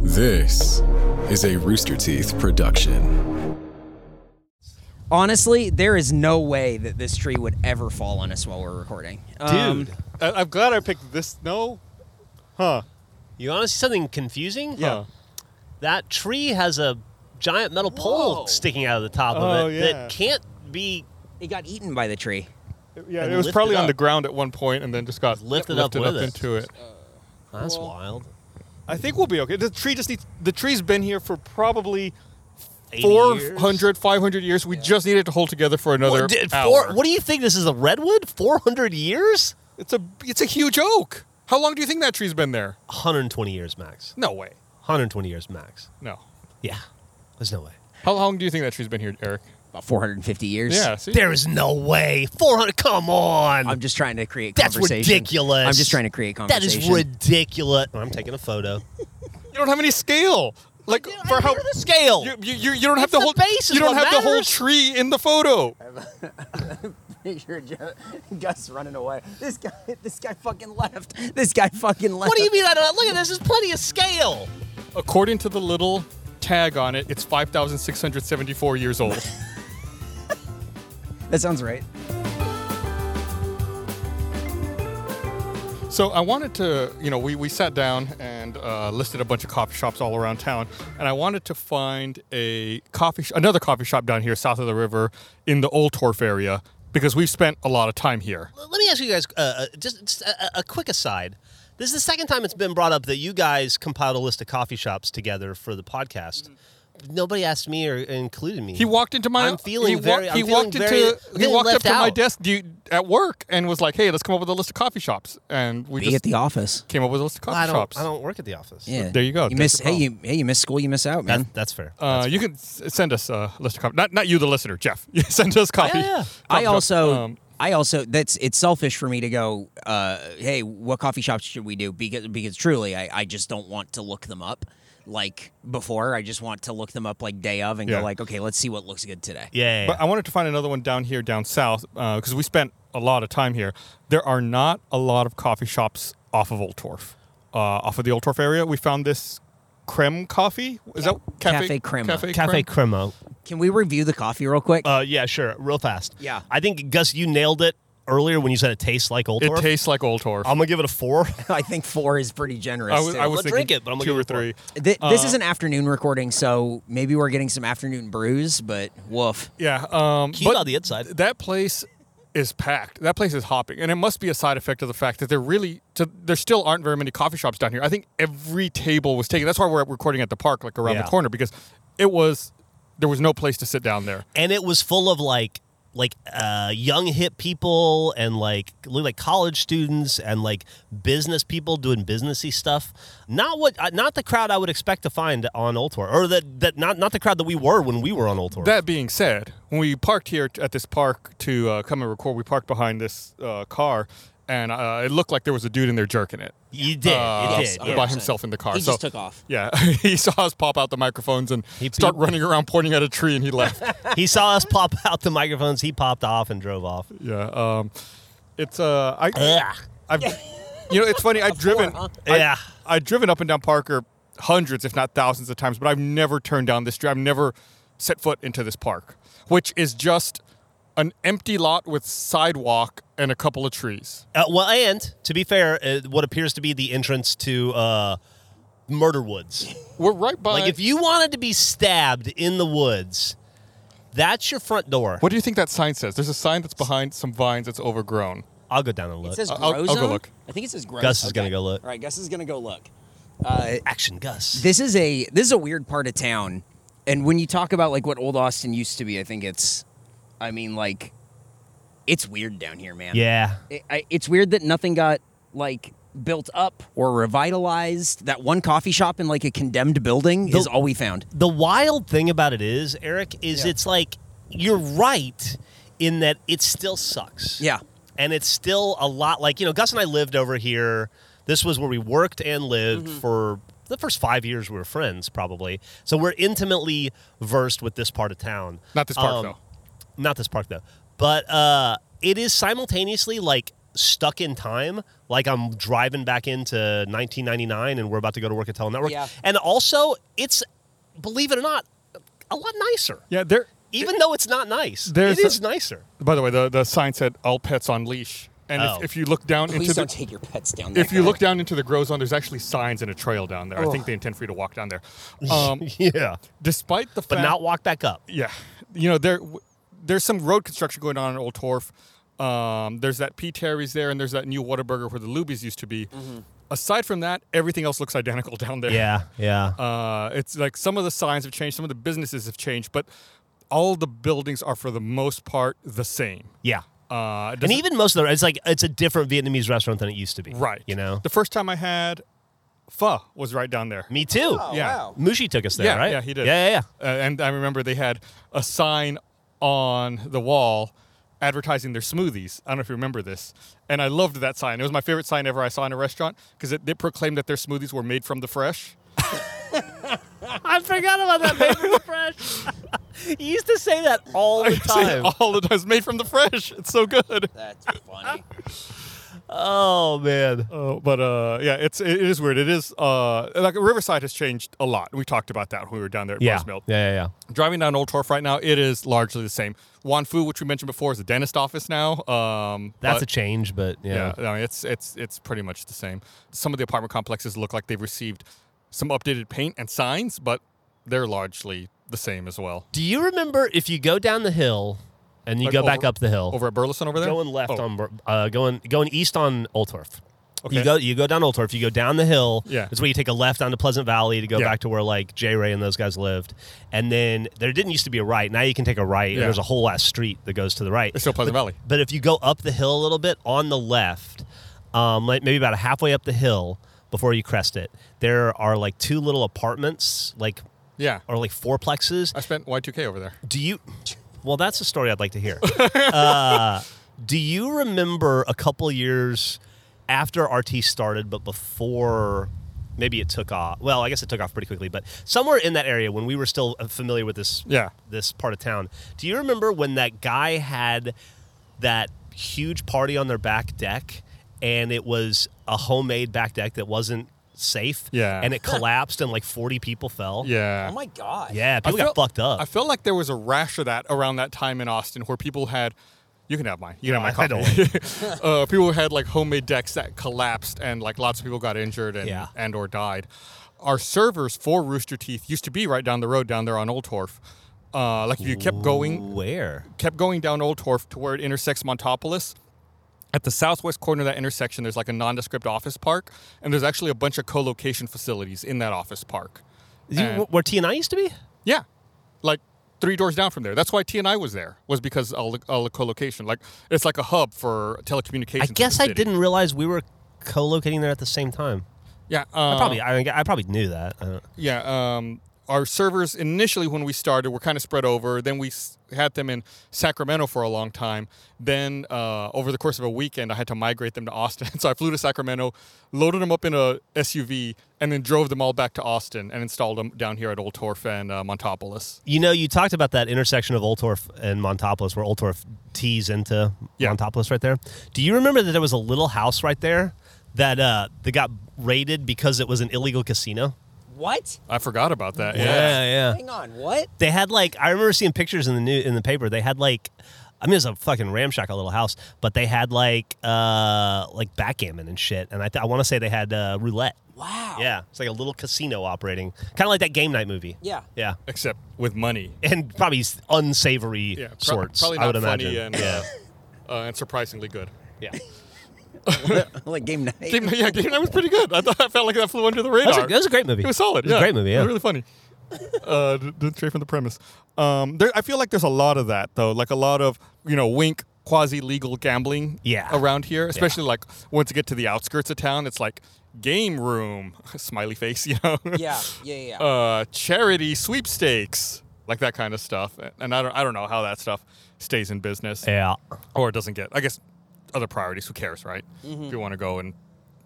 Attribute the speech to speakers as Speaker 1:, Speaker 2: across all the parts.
Speaker 1: This is a Rooster Teeth production.
Speaker 2: Honestly, there is no way that this tree would ever fall on us while we're recording. Um,
Speaker 3: Dude, I- I'm glad I picked this. No, huh?
Speaker 4: You want to see something confusing?
Speaker 3: Yeah.
Speaker 4: That tree has a giant metal pole sticking out of the top
Speaker 3: Oh,
Speaker 4: of it
Speaker 3: yeah.
Speaker 4: that can't be
Speaker 2: it got eaten by the tree.
Speaker 3: Yeah,
Speaker 4: And
Speaker 3: it was
Speaker 4: lift
Speaker 3: probably
Speaker 4: it
Speaker 3: on the
Speaker 4: up.
Speaker 3: ground at one point, and then just got
Speaker 4: Lifted up
Speaker 3: lifted
Speaker 4: with it.
Speaker 3: into it.
Speaker 4: That's wild.
Speaker 3: I think we'll be okay. The tree just needs. The tree's been here for probably
Speaker 4: 80 years?
Speaker 3: 400, 500 years. We just need it to hold together for another
Speaker 4: What, did-
Speaker 3: hour.
Speaker 4: four- what do you think this is a redwood? 400 years?
Speaker 3: It's a it's a huge oak. How long do you think that tree's been there?
Speaker 4: 120 years max.
Speaker 3: No way.
Speaker 4: 120 years max.
Speaker 3: No.
Speaker 4: Yeah. There's no way.
Speaker 3: How long do you think that tree's been here, Eric?
Speaker 2: About 450 years.
Speaker 3: Yeah. See?
Speaker 4: There is no way. 400. Come on.
Speaker 2: I'm just trying to create
Speaker 4: That's
Speaker 2: conversation.
Speaker 4: ridiculous.
Speaker 2: I'm just trying to create
Speaker 4: that is
Speaker 2: conversation.
Speaker 4: ridiculous. I'm taking a photo.
Speaker 3: You don't have any scale. Like for
Speaker 4: I
Speaker 3: how
Speaker 4: hear the scale.
Speaker 3: you, you, you, you don't have the
Speaker 4: the
Speaker 3: whole
Speaker 4: base is
Speaker 3: you don't
Speaker 4: what
Speaker 3: have the whole
Speaker 4: matters.
Speaker 3: tree in the photo.
Speaker 2: Picture Ju- Gus running away. This guy, this guy fucking left. This guy fucking left.
Speaker 4: what do you mean? I don't, look at this. There's plenty of scale.
Speaker 3: According to the little tag on it, it's 5,674 years old.
Speaker 2: That sounds right.
Speaker 3: so I wanted to, you know, we, we sat down and uh, listed a bunch of coffee shops all around town, and I wanted to find a coffee, sh- another coffee shop down here south of the river in the Old Torf area because we've spent a lot of time here.
Speaker 4: Let me ask you guys uh, uh, just, just a, a- a quick aside. This is the second time it's been brought up that you guys compiled a list of coffee shops together for the podcast. Nobody asked me or included me.
Speaker 3: Mm-hmm. He walked into my.
Speaker 4: I'm feeling
Speaker 3: he
Speaker 4: very. I'm
Speaker 3: he
Speaker 4: feeling
Speaker 3: walked
Speaker 4: very-
Speaker 3: into. He
Speaker 4: feeling
Speaker 3: walked up
Speaker 4: left
Speaker 3: to my
Speaker 4: out.
Speaker 3: desk do- at work and was like, "Hey, let's come up with a list of coffee shops." And we
Speaker 2: Be
Speaker 3: just
Speaker 2: at the office.
Speaker 3: came up with a list of coffee
Speaker 4: I don't.
Speaker 3: shops.
Speaker 4: I don't work at the office.
Speaker 2: Yeah.
Speaker 3: there you go.
Speaker 2: You
Speaker 3: There's
Speaker 2: miss.
Speaker 3: your
Speaker 2: Hey, you. Hey, you miss school. You miss out, man.
Speaker 4: That, that's fair.
Speaker 3: Uh, you can s- send us a list of coffee. Not not you, the listener, Jeff. You send us coffee.
Speaker 4: Yeah, yeah.
Speaker 3: coffee
Speaker 2: I
Speaker 3: shops.
Speaker 2: also,
Speaker 3: Um,
Speaker 2: I also, that's it's selfish for me to go. Uh, hey, what coffee shops should we do? Because because truly, I, I just don't want to look them up like before. I just want to look them up like day of and
Speaker 3: Yeah.
Speaker 2: go like, okay, let's see what looks good today.
Speaker 4: yeah.
Speaker 3: but uh, I wanted to find another one down here, down south, because we spent a lot of time here. There are not a lot of coffee shops off of Old Torf, uh, off of the Old Torf area. We found this creme coffee. Is that
Speaker 2: Cafe Crema.
Speaker 4: Cafe
Speaker 3: Creme?
Speaker 4: Cremo.
Speaker 2: Can we review the coffee real quick?
Speaker 4: Uh, yeah, sure. Real fast.
Speaker 2: Yeah.
Speaker 4: I think Gus, you nailed it earlier when you said it tastes like Old
Speaker 3: It
Speaker 4: Torf.
Speaker 3: tastes like Old Torf.
Speaker 4: I'm gonna give it a four.
Speaker 2: I think four is pretty generous.
Speaker 3: I was,
Speaker 2: too.
Speaker 3: I was uh,
Speaker 4: I'll
Speaker 3: thinking
Speaker 4: drink it, but I'm gonna
Speaker 3: two
Speaker 4: give
Speaker 3: or
Speaker 4: it four.
Speaker 3: three.
Speaker 2: Th- this is an afternoon recording, so maybe we're getting some afternoon brews, but woof.
Speaker 3: Yeah, um,
Speaker 4: Keep
Speaker 3: but
Speaker 4: on the inside.
Speaker 3: That place is packed. That place is hopping, and it must be a side effect of the fact that there really to, there still aren't very many coffee shops down here. I think every table was taken. That's why we're recording at the park, like around
Speaker 4: Yeah.
Speaker 3: the corner, because it was there was no place to sit down there.
Speaker 4: and it was full of like like uh, young hip people and like look like college students and like business people doing businessy stuff. Not what uh, not the crowd I would expect to find on Old Tour, or that that not not the crowd that we were when we were on Old Tour.
Speaker 3: That being said, when we parked here t- at this park to uh, come and record, we parked behind this uh, car, and uh, it looked like there was a dude in there jerking it.
Speaker 4: you did,
Speaker 3: uh,
Speaker 4: you
Speaker 2: yes,
Speaker 4: did.
Speaker 2: yeah.
Speaker 3: by himself in the car.
Speaker 2: He
Speaker 3: so,
Speaker 2: just took off.
Speaker 3: Yeah, he saw us pop out the microphones and
Speaker 4: He-
Speaker 3: start
Speaker 4: he-
Speaker 3: running around pointing at a tree, and he left.
Speaker 4: he saw us pop out the microphones. He popped off and drove off.
Speaker 3: yeah, um, it's uh, I,
Speaker 4: Ugh.
Speaker 3: I've, you know, it's funny. I've driven, I,
Speaker 4: Yeah.
Speaker 3: I've driven up and down Parker hundreds, if not thousands, of times, but I've never turned down this street. I've never set foot into this park, which is just an empty lot with sidewalk and a couple of trees.
Speaker 4: Uh, well, and to be fair, uh, what appears to be the entrance to uh, Murder Woods.
Speaker 3: We're right by.
Speaker 4: Like if you wanted to be stabbed in the woods, that's your front door.
Speaker 3: what do you think that sign says? There's a sign that's behind some vines that's overgrown.
Speaker 4: I'll go down and look.
Speaker 2: It says
Speaker 3: I'll-
Speaker 2: grow
Speaker 3: I'll- I'll go
Speaker 2: zone?
Speaker 3: look.
Speaker 2: I think it says grow.
Speaker 4: Gus is
Speaker 2: okay.
Speaker 4: gonna go look.
Speaker 2: All right, Gus is gonna go look. Uh,
Speaker 4: Action Gus.
Speaker 2: this is a this is a weird part of town, and when you talk about like what old Austin used to be, I think it's, I mean like, it's weird down here, man.
Speaker 4: yeah.
Speaker 2: It, I, it's weird that nothing got like built up or revitalized. That one coffee shop in like a condemned building is
Speaker 4: The-
Speaker 2: all we found.
Speaker 4: The wild thing about it is, Eric, is it's like you're right in that it still sucks.
Speaker 2: Yeah.
Speaker 4: And it's still a lot like, you know, Gus and I lived over here. This was where we worked and lived
Speaker 3: Mm-hmm.
Speaker 4: for the first five years we were friends, probably. So we're intimately versed with this part of town.
Speaker 3: Not this park,
Speaker 4: Um,
Speaker 3: though.
Speaker 4: Not this park, though. But uh, it is simultaneously like stuck in time, like I'm driving back into 1999 and we're about to go to work at Telenetwork.
Speaker 2: Yeah.
Speaker 4: And also, it's believe it or not, a lot nicer.
Speaker 3: Yeah, there.
Speaker 4: Even though it's not nice,
Speaker 3: There's
Speaker 4: it is
Speaker 3: a-
Speaker 4: nicer.
Speaker 3: By the way, the, the sign said all pets on leash. And
Speaker 4: Oh.
Speaker 3: if, if you look down
Speaker 2: Please
Speaker 3: into
Speaker 2: don't
Speaker 3: the
Speaker 2: take your pets down there.
Speaker 3: if you look down into the grow zone, there's actually signs and a trail down there. I think they intend for you to walk down there. Um,
Speaker 4: Yeah,
Speaker 3: despite the
Speaker 4: but
Speaker 3: fact,
Speaker 4: not walk back up.
Speaker 3: yeah, you know there w- there's some road construction going on in Old Torf. Um, there's that P Terry's there, and there's that new Whataburger where the Lubies used to be. Aside from that, everything else looks identical down there.
Speaker 4: Mm-hmm. Yeah, yeah.
Speaker 3: Uh, it's like some of the signs have changed, some of the businesses have changed, but all the buildings are for the most part the same.
Speaker 4: Yeah.
Speaker 3: Uh, it
Speaker 4: And
Speaker 3: doesn't-
Speaker 4: even most of the it's like it's a different Vietnamese restaurant than it used to be.
Speaker 3: right,
Speaker 4: You know?
Speaker 3: the first time I had pho was right down there.
Speaker 4: Me too.
Speaker 2: Oh,
Speaker 3: yeah.
Speaker 2: wow.
Speaker 4: Mushi took us there,
Speaker 3: yeah,
Speaker 4: right?
Speaker 3: yeah, he did.
Speaker 4: Yeah, yeah, yeah.
Speaker 3: Uh, and I remember they had a sign on the wall advertising their smoothies. I don't know if you remember this. And I loved that sign. It was my favorite sign ever I saw in a restaurant because it, it proclaimed that their smoothies were made from the fresh.
Speaker 4: I forgot about that paper fresh. you used to say that all the
Speaker 3: I say
Speaker 4: time.
Speaker 3: All the time. It's made from the fresh. It's so good.
Speaker 2: That's funny.
Speaker 4: Oh man.
Speaker 3: Uh, but uh, yeah, it's it is weird. It is uh, like Riverside has changed a lot. We talked about that when we were down there at
Speaker 4: Yeah.
Speaker 3: Rose
Speaker 4: yeah.
Speaker 3: Mill.
Speaker 4: Yeah, yeah,
Speaker 3: Driving down Old Torf right now, it is largely the same. Wanfu, which we mentioned before, is a dentist office now. Um,
Speaker 4: That's
Speaker 3: but-
Speaker 4: a change, but yeah.
Speaker 3: Yeah, I mean, it's it's it's pretty much the same. Some of the apartment complexes look like they've received some updated paint and signs, but they're largely the same as well.
Speaker 4: Do you remember if you go down the hill and you
Speaker 3: Like
Speaker 4: go
Speaker 3: over-
Speaker 4: back up the hill?
Speaker 3: Over at Burleson over there,
Speaker 4: Going left
Speaker 3: Oh,
Speaker 4: on Bur- uh, going going east on Old Torf.
Speaker 3: Okay.
Speaker 4: You go you go down Old Torf. You go down the hill.
Speaker 3: Yeah.
Speaker 4: it's where you take a left onto Pleasant Valley to go
Speaker 3: Yeah.
Speaker 4: back to where like J Ray and those guys lived. And then there didn't used to be a right. Now you can take a right.
Speaker 3: Yeah.
Speaker 4: And there's a whole ass street that goes to the right.
Speaker 3: It's still Pleasant Valley.
Speaker 4: But if you go up the hill a little bit on the left, um, like maybe about halfway up the hill before you crest it, there are like two little apartments, like
Speaker 3: Yeah,
Speaker 4: or like fourplexes,
Speaker 3: I spent Y2K over there.
Speaker 4: do you? Well, that's a story I'd like to hear. uh, do you remember a couple years after RT started, but before maybe it took off? Well, I guess it took off pretty quickly, but somewhere in that area when we were still uh, familiar with this
Speaker 3: Yeah.
Speaker 4: this part of town. Do you remember when that guy had that huge party on their back deck, and it was a homemade back deck that wasn't safe?
Speaker 3: Yeah.
Speaker 4: and it collapsed, and like forty people fell.
Speaker 3: Yeah,
Speaker 2: Oh my god.
Speaker 4: yeah, people got fucked up.
Speaker 3: I feel like there was a rash of that around that time in Austin where people had. You can have mine. You can have my
Speaker 4: No, I
Speaker 3: coffee. uh, people had like homemade decks that collapsed, and like lots of people got injured and
Speaker 4: Yeah.
Speaker 3: and or died. Our servers for Rooster Teeth used to be right down the road, down there on Old Torf. Uh, like if you kept going,
Speaker 4: Where?
Speaker 3: kept going down Old Torf to where it intersects Montopolis. At the southwest corner of that intersection, there's like a nondescript office park, and there's actually a bunch of co-location facilities in that office park.
Speaker 4: Is you-
Speaker 3: And-
Speaker 4: wh- where T and I used to be?
Speaker 3: yeah, like three doors down from there. That's why T and I was there was because of the- of the co-location. Like it's like a hub for telecommunications.
Speaker 4: I
Speaker 3: in
Speaker 4: guess
Speaker 3: the
Speaker 4: I
Speaker 3: city.
Speaker 4: didn't realize we were co-locating there at the same time.
Speaker 3: Yeah, um,
Speaker 4: I probably, I, I probably knew that. I don't-
Speaker 3: Yeah, um, our servers initially when we started were kind of spread over. Then we s- had them in Sacramento for a long time. Then uh, over the course of a weekend, I had to migrate them to Austin. so I flew to Sacramento, loaded them up in a SUV, and then drove them all back to Austin and installed them down here at Old Torf and uh, Montopolis.
Speaker 4: You know, you talked about that intersection of Old Torf and Montopolis, where Old Torf tees into
Speaker 3: Yeah.
Speaker 4: Montopolis right there. Do you remember that there was a little house right there that uh, that got raided because it was an illegal casino?
Speaker 2: What?
Speaker 3: I forgot about that.
Speaker 4: yeah.
Speaker 2: Hang on. What?
Speaker 4: They had like I remember seeing pictures in the new in the paper. They had like I mean it was a fucking ramshackle little house, but they had like uh like backgammon and shit. And I th- I want to say they had uh, roulette.
Speaker 2: Wow.
Speaker 4: Yeah, it's like a little casino operating, kind of like that game night movie.
Speaker 2: Yeah.
Speaker 4: yeah,
Speaker 3: Except with money.
Speaker 4: and probably s- unsavory
Speaker 3: Yeah, pro-
Speaker 4: sorts.
Speaker 3: probably
Speaker 4: I
Speaker 3: not
Speaker 4: would
Speaker 3: funny
Speaker 4: imagine.
Speaker 3: and
Speaker 4: yeah,
Speaker 3: uh, uh, and surprisingly good.
Speaker 4: yeah.
Speaker 2: like game night.
Speaker 3: Game, yeah, game night was pretty good. I thought I felt like that flew under the radar.
Speaker 4: That was, a, that was a great movie.
Speaker 3: It was solid.
Speaker 4: It was
Speaker 3: yeah.
Speaker 4: a great movie.
Speaker 3: It
Speaker 4: Yeah,
Speaker 3: was really funny. uh, d- d- straight from the premise. Um, there, I feel like there's a lot of that though. Like a lot of you know, wink, quasi legal gambling.
Speaker 4: Yeah.
Speaker 3: Around here, especially like once you get to the outskirts of town, it's like game room, smiley face. You know.
Speaker 2: Yeah. Yeah. Yeah.
Speaker 3: uh, charity sweepstakes, like that kind of stuff. And I don't, I don't know how that stuff stays in business
Speaker 4: yeah.
Speaker 3: or it doesn't get. I guess other priorities. Who cares, right? If you want to go and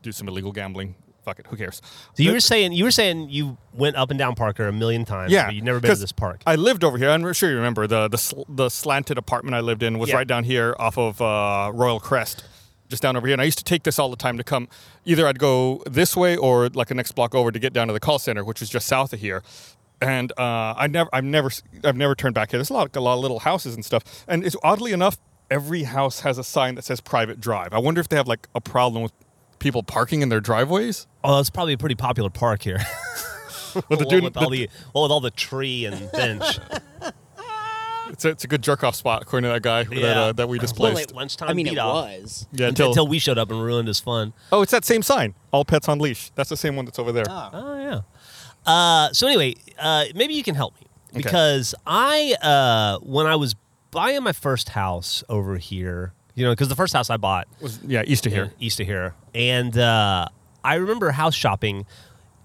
Speaker 3: do some illegal gambling, fuck it. Who cares?
Speaker 4: So you were saying you were saying you went up and down Parker a million times.
Speaker 3: Yeah,
Speaker 4: but you've never been to
Speaker 3: 'cause
Speaker 4: this park.
Speaker 3: I lived over here. I'm sure you remember the the, sl- the slanted apartment I lived in was
Speaker 4: Yeah.
Speaker 3: right down here off of uh, Royal Crest. just down over here. And I used to take this all the time to come. Either I'd go this way or like a next block over to get down to the call center, which is just south of here. And uh, I never, I've never, s- I've never turned back here. There's a lot, a lot of little houses and stuff. And it's oddly enough, every house has a sign that says private drive. I wonder if they have like a problem with people parking in their driveways.
Speaker 4: Oh, it's probably a pretty popular park here.
Speaker 3: But the
Speaker 4: Well,
Speaker 3: dude,
Speaker 4: with all the well, with all the tree and bench.
Speaker 3: it's, a, it's a good jerk off spot according to that guy that,
Speaker 4: Yeah.
Speaker 3: uh, that we
Speaker 4: well,
Speaker 3: displaced.
Speaker 4: at lunchtime
Speaker 2: I mean, it
Speaker 4: beat off.
Speaker 2: was.
Speaker 3: yeah, until,
Speaker 4: until, until we showed up and ruined his fun.
Speaker 3: oh, it's that same sign. All pets on leash. That's the same one that's over there.
Speaker 4: Oh yeah. Uh, so anyway, uh, maybe you can help me
Speaker 3: Okay.
Speaker 4: because I uh, when I was buying my first house over here, you know, because the first house I bought
Speaker 3: Was- yeah, east of here.
Speaker 4: in- east of here, and uh, I remember house shopping.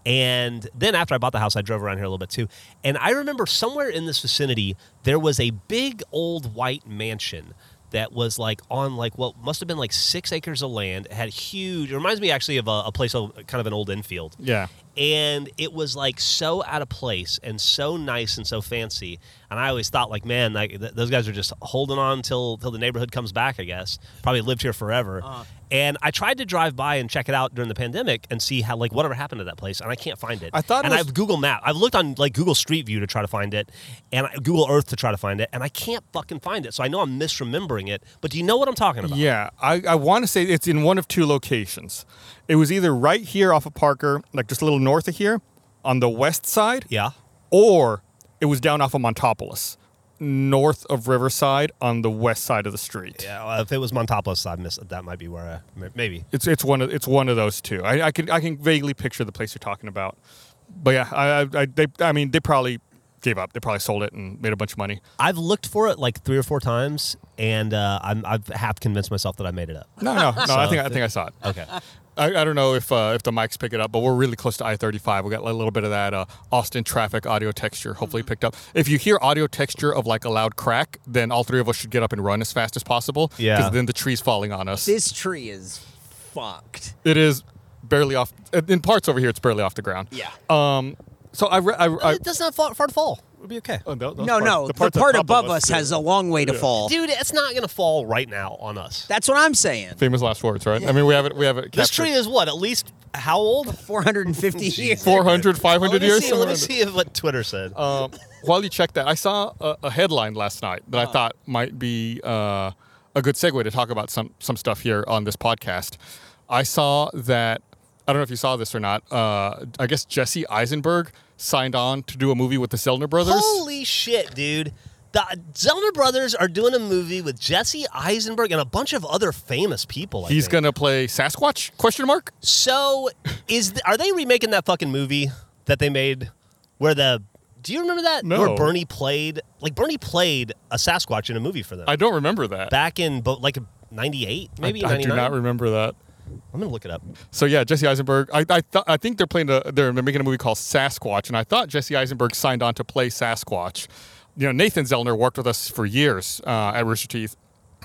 Speaker 4: And then after I bought the house, I drove around here a little bit too. And I remember somewhere in this vicinity, there was a big old white mansion that was like on like what must have been like six acres of land. It had huge. It reminds me actually of a, a place, on- kind of an old Enfield
Speaker 3: Yeah.
Speaker 4: and it was like so out of place and so nice and so fancy and i always thought like man like th- those guys are just holding on till till the neighborhood comes back i guess probably lived here forever
Speaker 3: Uh-huh.
Speaker 4: and i tried to drive by and check it out during the pandemic and see how like whatever happened to that place and i can't find it
Speaker 3: I thought it
Speaker 4: and
Speaker 3: was-
Speaker 4: i've google map i've looked on like google street view to try to find it and I, google earth to try to find it and i can't fucking find it so i know i'm misremembering it but do you know what i'm talking about
Speaker 3: Yeah, I, I want to say it's in one of two locations. It was either right here off of Parker, like just a little north of here, on the west side.
Speaker 4: yeah
Speaker 3: Or it was down off of Montopolis, north of Riverside, on the west side of the street.
Speaker 4: yeah, well, if it was Montopolis, I missed. That might be where I maybe.
Speaker 3: It's it's one of it's one of those two. I, I can I can vaguely picture the place you're talking about, but yeah, I, I, I they I mean they probably gave up. They probably sold it and made a bunch of money.
Speaker 4: I've looked for it like three or four times, and uh, I'm, I've half convinced myself that I made it up.
Speaker 3: No, no, no. I think I think I saw it.
Speaker 4: Okay.
Speaker 3: I, I don't know if uh, if the mics pick it up, but we're really close to I thirty five. We got a little bit of that uh, Austin traffic audio texture,
Speaker 2: Mm-hmm.
Speaker 3: hopefully picked up. If you hear audio texture of like a loud crack, then all three of us should get up and run as fast as possible.
Speaker 4: Yeah.
Speaker 3: then the tree's falling on us.
Speaker 2: This tree is fucked.
Speaker 3: it is barely off. In parts over here, it's barely off the ground.
Speaker 2: Yeah.
Speaker 3: Um. So I. Re- I, I
Speaker 4: it does not fall, far to fall. It'll be okay.
Speaker 3: oh, tho- those
Speaker 2: No,
Speaker 3: parts-
Speaker 2: no, the,
Speaker 3: parts
Speaker 2: part
Speaker 3: that's
Speaker 2: above
Speaker 3: us
Speaker 2: us
Speaker 3: too.
Speaker 2: has a long way to fall.
Speaker 4: Dude, it's not going to fall right now on us.
Speaker 2: That's what I'm saying.
Speaker 3: famous last words, right? I mean, we have it. We have it.
Speaker 4: This tree is what, at least how old?
Speaker 3: Oh,
Speaker 2: 450 years.
Speaker 3: 400, 500
Speaker 4: Let me,
Speaker 3: years.
Speaker 4: see,
Speaker 3: somewhere
Speaker 4: let me
Speaker 3: in there.
Speaker 4: see if what Twitter said.
Speaker 3: Um, while you check that, I saw a, a headline last night that
Speaker 4: Uh-huh.
Speaker 3: I thought might be uh, a good segue to talk about some some stuff here on this podcast. I saw that I don't know if you saw this or not. Uh, I guess Jesse Eisenberg signed on to do a movie with the Zellner brothers.
Speaker 4: Holy shit, dude. The Zellner brothers are doing a movie with Jesse Eisenberg and a bunch of other famous people. I
Speaker 3: He's
Speaker 4: think.
Speaker 3: gonna play Sasquatch? Question mark.
Speaker 4: So, is th- are they remaking that fucking movie that they made where the do you remember that?
Speaker 3: No.
Speaker 4: Where Bernie played like Bernie played a Sasquatch in a movie for them
Speaker 3: I don't remember that.
Speaker 4: back in bo- like '98, maybe.
Speaker 3: I, I do
Speaker 4: 99?
Speaker 3: not remember that.
Speaker 4: I'm gonna look it up.
Speaker 3: So yeah, Jesse Eisenberg. I I, th- I think they're playing a, they're making a movie called Sasquatch, and I thought Jesse Eisenberg signed on to play Sasquatch. You know, Nathan Zellner worked with us for years uh, at Rooster Teeth.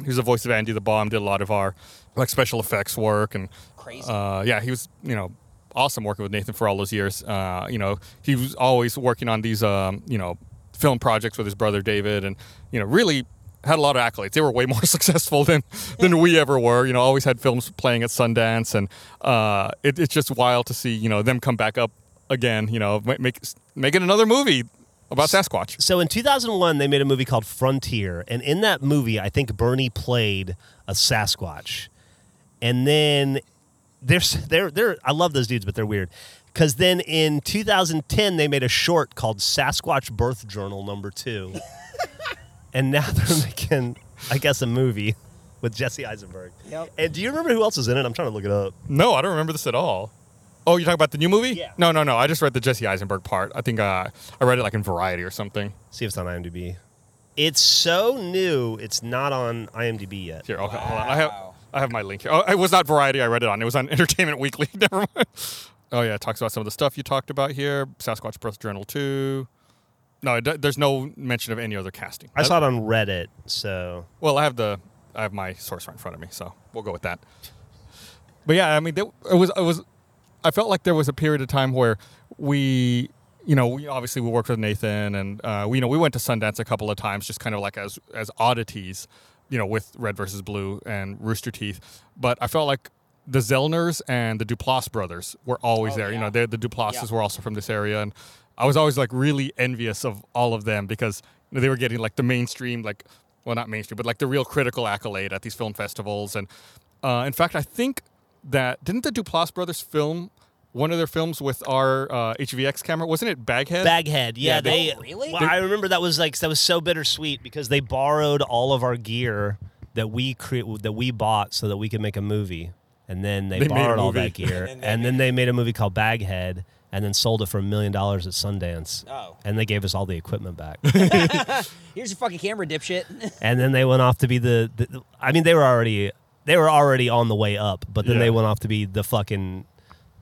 Speaker 3: He was the voice of Andy the Bomb. Did a lot of our like special effects work and
Speaker 2: Crazy.
Speaker 3: Uh, yeah, he was you know awesome working with Nathan for all those years. Uh, you know, he was always working on these um, you know film projects with his brother David, and you know really had a lot of accolades. They were way more successful than than we ever were. You know, always had films playing at Sundance, and uh, it, it's just wild to see you know them come back up again. You know, ma- make making another movie about Sasquatch.
Speaker 4: So in 2001, they made a movie called Frontier, and in that movie, I think Bernie played a Sasquatch, and then they're they're they're I love those dudes, but they're weird. Because then in 2010, they made a short called Sasquatch Birth Journal Number Two, and now they're making, I guess, a movie with Jesse Eisenberg.
Speaker 2: Yep.
Speaker 4: And do you remember who else is in it? I'm trying to look it up.
Speaker 3: No, I don't remember this at all. Oh, you're talking about the new movie?
Speaker 4: Yeah.
Speaker 3: No, no, no. I just read the Jesse Eisenberg part. I think uh, I read it like in Variety or something.
Speaker 4: See if it's on IMDb. It's so new, it's not on IMDb yet.
Speaker 3: Here, okay, hold on. I have I have my link here. Oh, it was not Variety. I read it on. It was on Entertainment Weekly. Never mind. Oh yeah, it talks about some of the stuff you talked about here. Sasquatch Birth Journal two. No, it, do- there's no mention of any other casting.
Speaker 4: I saw it on Reddit, so
Speaker 3: Well, I have the I have my source right in front of me, so we'll go with that. But yeah, I mean, there- it was it was I felt like there was a period of time where we, you know, we obviously we worked with Nathan, and uh, we you know we went to Sundance a couple of times, just kind of like as as oddities. you know, with Red versus Blue and Rooster Teeth. But I felt like the Zellners and the Duplass brothers were always there. You know, they're, the Duplasses were also from this area, and I was always like really envious of all of them because you know, they were getting like the mainstream, like well, not mainstream, but like the real critical accolade at these film festivals. And uh, in fact, I think that didn't the Duplass brothers film one of their films with our uh, HVX camera? Wasn't it Baghead?
Speaker 4: Baghead. Yeah,
Speaker 3: Yeah,
Speaker 4: they,
Speaker 3: they-
Speaker 2: Oh, really?
Speaker 4: Well, I remember that was like that was so bittersweet because they borrowed all of our gear that we cre- that we bought so that we could make a movie, and then they,
Speaker 3: They made a
Speaker 4: borrowed all
Speaker 3: movie.
Speaker 4: that gear, and then, they made a movie called Baghead. And then sold it for a million dollars at Sundance.
Speaker 2: Oh.
Speaker 4: And they gave us all the equipment back.
Speaker 2: Here's your fucking camera, dipshit.
Speaker 4: and then they went off to be the, the. I mean, they were already they were already on the way up, but then
Speaker 3: Yeah.
Speaker 4: they went off to be the fucking,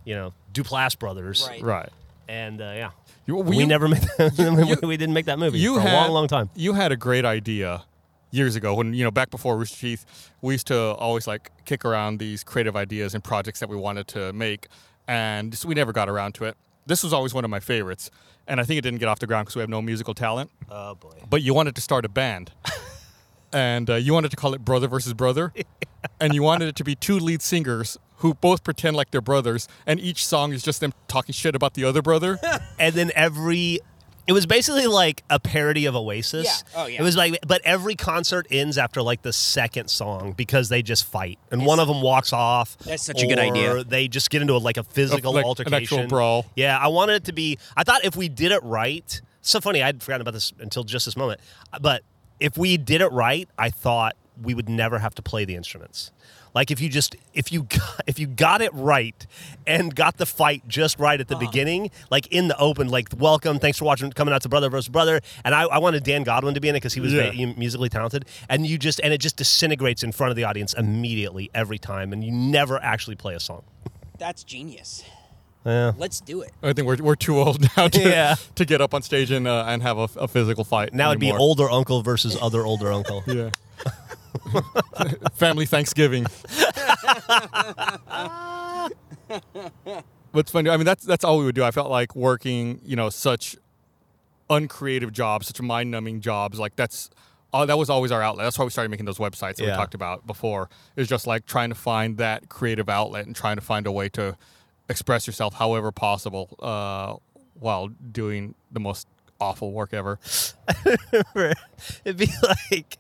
Speaker 4: you know, Duplass brothers.
Speaker 2: Right.
Speaker 3: Right.
Speaker 4: And uh, yeah,
Speaker 3: You-
Speaker 4: we, never made that,
Speaker 3: you-
Speaker 4: we didn't make that movie
Speaker 3: you
Speaker 4: for
Speaker 3: had,
Speaker 4: a long, long time.
Speaker 3: You had a great idea years ago when you know back before Rooster Teeth, we used to always like kick around these creative ideas and projects that we wanted to make, and just, we never got around to it. This was always one of my favorites, and I think it didn't get off the ground because we have no musical talent.
Speaker 4: Oh boy.
Speaker 3: But you wanted to start a band. And uh, you wanted to call it Brother versus Brother, and you wanted it to be two lead singers who both pretend like they're brothers, and each song is just them talking shit about the other brother.
Speaker 4: And then every it was basically like a parody of Oasis.
Speaker 2: Yeah. Oh, yeah.
Speaker 4: It was like but every concert ends after like the second song because they just fight. And one of them walks off.
Speaker 2: That's such a good idea.
Speaker 4: or They just get into a, like a physical
Speaker 3: like, an actual
Speaker 4: altercation.
Speaker 3: brawl.
Speaker 4: Yeah, I wanted it to be I thought if we did it right. So funny, I'd forgotten about this until just this moment. But if we did it right, I thought we would never have to play the instruments. Like if you just if you got, if you got it right and got the fight just right at the
Speaker 3: Uh-huh.
Speaker 4: beginning, like in the open, like welcome, thanks for watching, coming out to Brother versus Brother, and I, I wanted Dan Godwin to be in it because he was
Speaker 3: Yeah.
Speaker 4: very musically talented, and you just and it just disintegrates in front of the audience immediately every time, and you never actually play a song.
Speaker 2: That's genius. Let's do it.
Speaker 3: I think we're, we're too old now to,
Speaker 4: Yeah.
Speaker 3: to get up on stage and uh, and have a, a physical fight.
Speaker 4: Now it'd be
Speaker 3: anymore.
Speaker 4: older uncle versus other older uncle.
Speaker 3: Yeah. Family Thanksgiving. What's funny? I mean, that's that's all we would do. I felt like working, you know, such uncreative jobs, such mind-numbing jobs. Like that's uh, that was always our outlet. That's why we started making those websites that we
Speaker 4: Yeah.
Speaker 3: talked about before. Is just like trying to find that creative outlet and trying to find a way to express yourself, however possible, uh, while doing the most awful work ever.
Speaker 4: for- it'd be like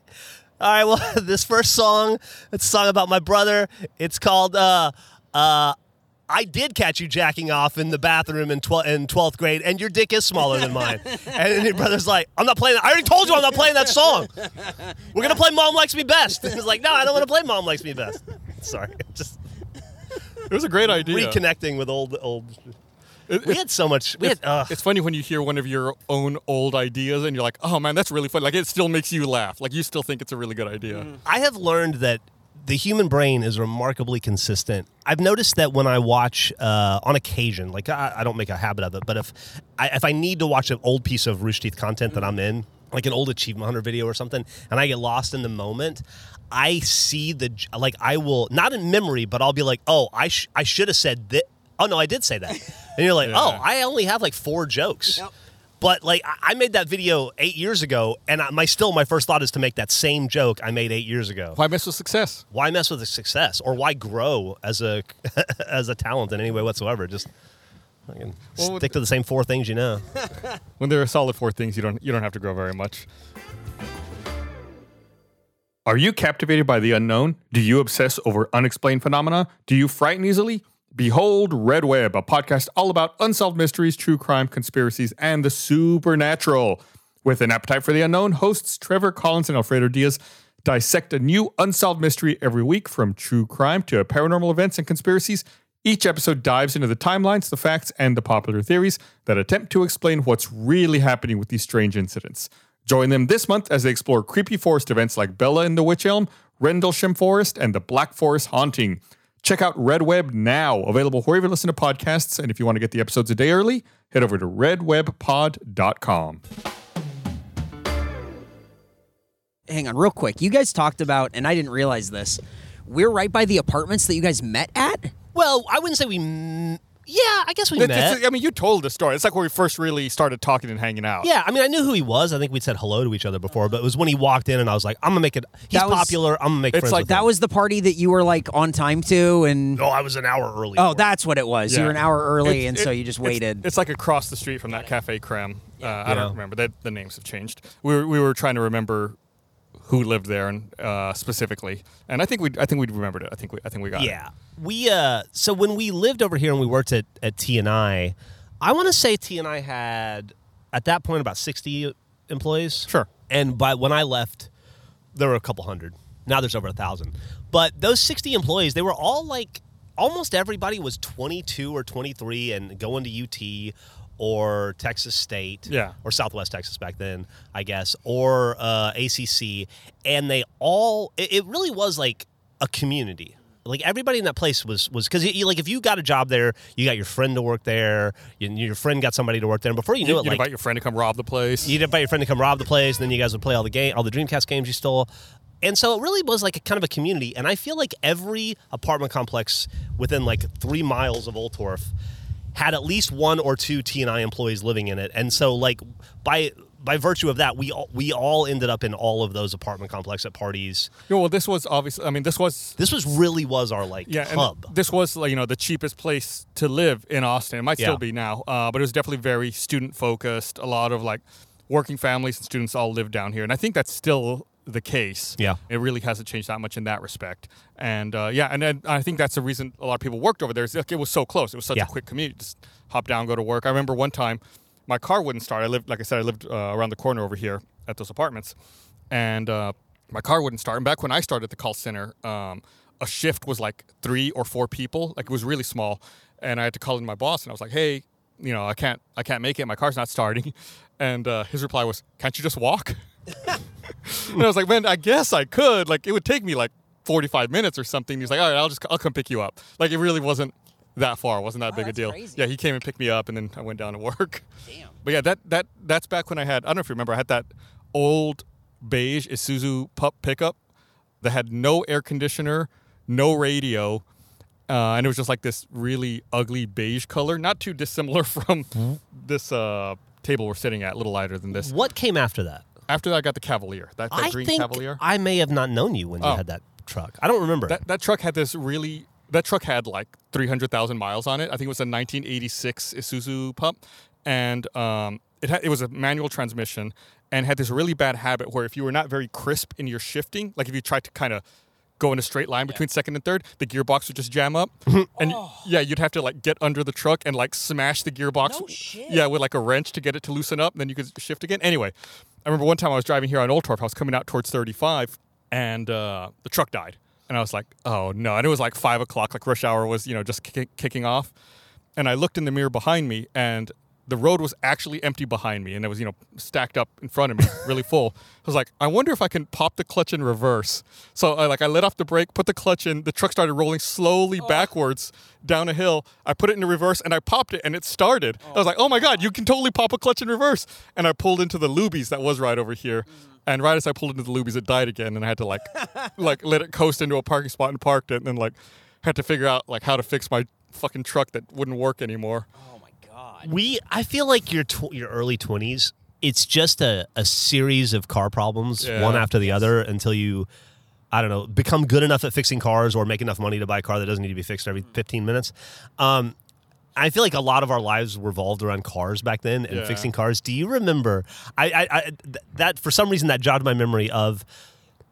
Speaker 4: all right well this first song it's a song about my brother it's called uh uh I did catch you jacking off in the bathroom in, twel- in 12th grade, and your dick is smaller than mine. And then your brother's like, I'm not playing that. I already told you I'm not playing that song. We're going to play Mom Likes Me Best. And he's like, No, I don't want to play Mom Likes Me Best. Sorry. Just
Speaker 3: It was a great idea.
Speaker 4: reconnecting with old, old.
Speaker 3: It-
Speaker 4: We had so much. We had, uh,
Speaker 3: it's funny when you hear one of your own old ideas and you're like, oh man, that's really funny. Like it still makes you laugh. Like you still think it's a really good idea.
Speaker 4: I have learned that the human brain is remarkably consistent. I've noticed that when I watch, uh, on occasion, like I, I don't make a habit of it, but if I, if I need to watch an old piece of Rooster Teeth content that I'm in, like an old Achievement Hunter video or something, and I get lost in the moment, I see the j- like I will not in memory, but I'll be like, oh, I sh- I should have said that. Oh no, I did say that. And you're like,
Speaker 3: Yeah.
Speaker 4: oh, I only have like four jokes.
Speaker 2: Yep.
Speaker 4: But like I- I made that video eight years ago, and I, my still my first thought is to make that same joke I made eight years ago.
Speaker 3: Why mess with success?
Speaker 4: Why mess with the success, or why grow as a as a talent in any way whatsoever? Just fucking
Speaker 3: Well, with-
Speaker 4: stick to the same four things you know.
Speaker 3: When there are solid four things, you don't you don't have to grow very much. Are you captivated by the unknown? Do you obsess over unexplained phenomena? Do you frighten easily? Behold Red Web, a podcast all about unsolved mysteries, true crime, conspiracies, and the supernatural. With an appetite for the unknown, hosts Trevor Collins and Alfredo Diaz dissect a new unsolved mystery every week from true crime to paranormal events and conspiracies. Each episode dives into the timelines, the facts, and the popular theories that attempt to explain what's really happening with these strange incidents. Join them this month as they explore creepy forest events like Bella in the Witch Elm, Rendlesham Forest, and the Black Forest Haunting. Check out Red Web now, available wherever you listen to podcasts. And if you want to get the episodes a day early, head over to redwebpod.com.
Speaker 2: Hang on, real quick. You guys talked about, and I didn't realize this. We're right by the apartments that you guys met at.
Speaker 4: Well, I wouldn't say we m- Yeah, I guess we
Speaker 3: It's-
Speaker 4: met.
Speaker 3: it's- I mean, you told the story. It's like where we first really started talking and hanging out.
Speaker 4: Yeah, I mean, I knew who he was. I think we'd said hello to each other before, but it was when he walked in and I was like, I'm gonna make it. He's
Speaker 2: That was-
Speaker 4: popular. I'm gonna make
Speaker 3: It's
Speaker 4: friends
Speaker 3: like
Speaker 4: with
Speaker 2: That
Speaker 4: him.
Speaker 2: was the party that you were like on time to, and
Speaker 4: No, I was an hour early. for
Speaker 2: oh,
Speaker 4: it.
Speaker 2: that's what it was. You were
Speaker 3: Yeah.
Speaker 2: an hour early,
Speaker 3: It's-
Speaker 2: and
Speaker 3: it-
Speaker 2: so you just
Speaker 3: it's-
Speaker 2: waited.
Speaker 3: It's, like across the street from that cafe creme. Uh, I
Speaker 4: Yeah.
Speaker 3: don't remember. That the names have changed. We were we were trying to remember who lived there and uh, specifically, and I think we I think we remembered it. I think we I think we got it.
Speaker 4: Yeah. We uh so when we lived over here and we worked at at TNI, I want to say TNI had at that point about 60 employees.
Speaker 3: Sure.
Speaker 4: And by when I left there were a couple hundred. Now there's over a thousand. But those 60 employees, they were all like almost everybody was 22 or 23 and going to UT or Texas State
Speaker 3: Yeah.
Speaker 4: or Southwest Texas back then, I guess, or uh, ACC, and they all. It, it really was like a community. Like everybody in that place was was because you, like if you got a job there, you got your friend to work there, you, your friend got somebody to work there, and before you knew
Speaker 3: You,
Speaker 4: it,
Speaker 3: you
Speaker 4: like
Speaker 3: invite your friend to come rob the place.
Speaker 4: You'd invite your friend to come rob the place, and then you guys would play all the game, all the Dreamcast games you stole. And so it really was like a kind of a community. And I feel like every apartment complex within like three miles of Old Torf had at least one or two TNI employees living in it. And so like by by virtue of that, we all, we all ended up in all of those apartment complex at parties.
Speaker 3: Yeah, well, this was obviously. I mean, this was
Speaker 4: This was really was our like
Speaker 3: yeah, and
Speaker 4: hub.
Speaker 3: this was like you know the cheapest place to live in Austin. It might
Speaker 4: Yeah.
Speaker 3: still be now, uh, but it was definitely very student focused. A lot of like working families and students all live down here, and I think that's still the case.
Speaker 4: Yeah.
Speaker 3: it really hasn't changed that much in that respect. And uh, yeah, and, then I think that's the reason a lot of people worked over there. Is like, it was so close. It was such
Speaker 4: Yeah.
Speaker 3: a quick commute. Just hop down, go to work. I remember one time my car wouldn't start. I lived, like I said, I lived uh, around the corner over here at those apartments, and uh, my car wouldn't start. And back when I started at the call center, um, a shift was like three or four people. Like it was really small, and I had to call in my boss, and I was like, "Hey, you know, I can't, I can't make it. My car's not starting." And uh, his reply was, "Can't you just walk?" and I was like, man, I guess I could. Like, it would take me like 45 minutes or something. He's like, all right, I'll just, I'll come pick you up. Like, it really wasn't that far. wasn't that big a
Speaker 2: Oh, that's
Speaker 3: deal.
Speaker 2: crazy.
Speaker 3: Yeah, he came and picked me up, and then I went down to work.
Speaker 2: Damn.
Speaker 3: But yeah, that that that's back when I had. I don't know if you remember. I had that old beige Isuzu pup pickup that had no air conditioner, no radio. Uh, and it was just like this really ugly beige color, not too dissimilar from this uh, table we're sitting at, a little lighter than
Speaker 2: Mm-hmm.
Speaker 3: this.
Speaker 4: What came after that?
Speaker 3: After that, I got the Cavalier, that, that
Speaker 4: I
Speaker 3: green
Speaker 4: think
Speaker 3: Cavalier.
Speaker 4: I may have not known you when you
Speaker 3: Oh.
Speaker 4: had that truck. I don't remember.
Speaker 3: That that truck had this really. That truck had like three hundred thousand miles on it. I think it was a nineteen eighty six Isuzu pump, and um, it had, it was a manual transmission, and had this really bad habit where if you were not very crisp in your shifting, like if you tried to kind of go in a straight line between second and third, the gearbox would just jam up, and
Speaker 2: Oh.
Speaker 3: yeah, you'd have to like get under the truck and like smash the gearbox.
Speaker 2: No shit.
Speaker 3: Yeah, with like a wrench to get it to loosen up, and then you could shift again. Anyway, I remember one time I was driving here on Old Torf. I was coming out towards 35, and uh, the truck died. And I was like, oh no. And it was like five o'clock, like rush hour was, you know, just kick- kicking off. And I looked in the mirror behind me, and the road was actually empty behind me. And it was, you know, stacked up in front of me, really full. I was like, I wonder if I can pop the clutch in reverse. So I like, I let off the brake, put the clutch in. The truck started rolling slowly backwards down a hill. I put it into reverse and I popped it and it started. I was like, oh my God, you can totally pop a clutch in reverse. And I pulled into the Lubies that was right over here. And right as I pulled into the Lubies, it died again. And I had to like, like let it coast into a parking spot and parked it. And then like had to figure out like how to fix my fucking truck that wouldn't work anymore.
Speaker 2: Oh my god.
Speaker 4: We, I feel like your tw- your early twenties. It's just a, a series of car problems,
Speaker 3: Yeah.
Speaker 4: one after the other, until you, I don't know, become good enough at fixing cars or make enough money to buy a car that doesn't need to be fixed
Speaker 3: Mm-hmm.
Speaker 4: every fifteen minutes. Um, I feel like a lot of our lives revolved around cars back then and
Speaker 3: Yeah.
Speaker 4: fixing cars. Do you remember? I, I, I th- that for some reason that jogged my memory of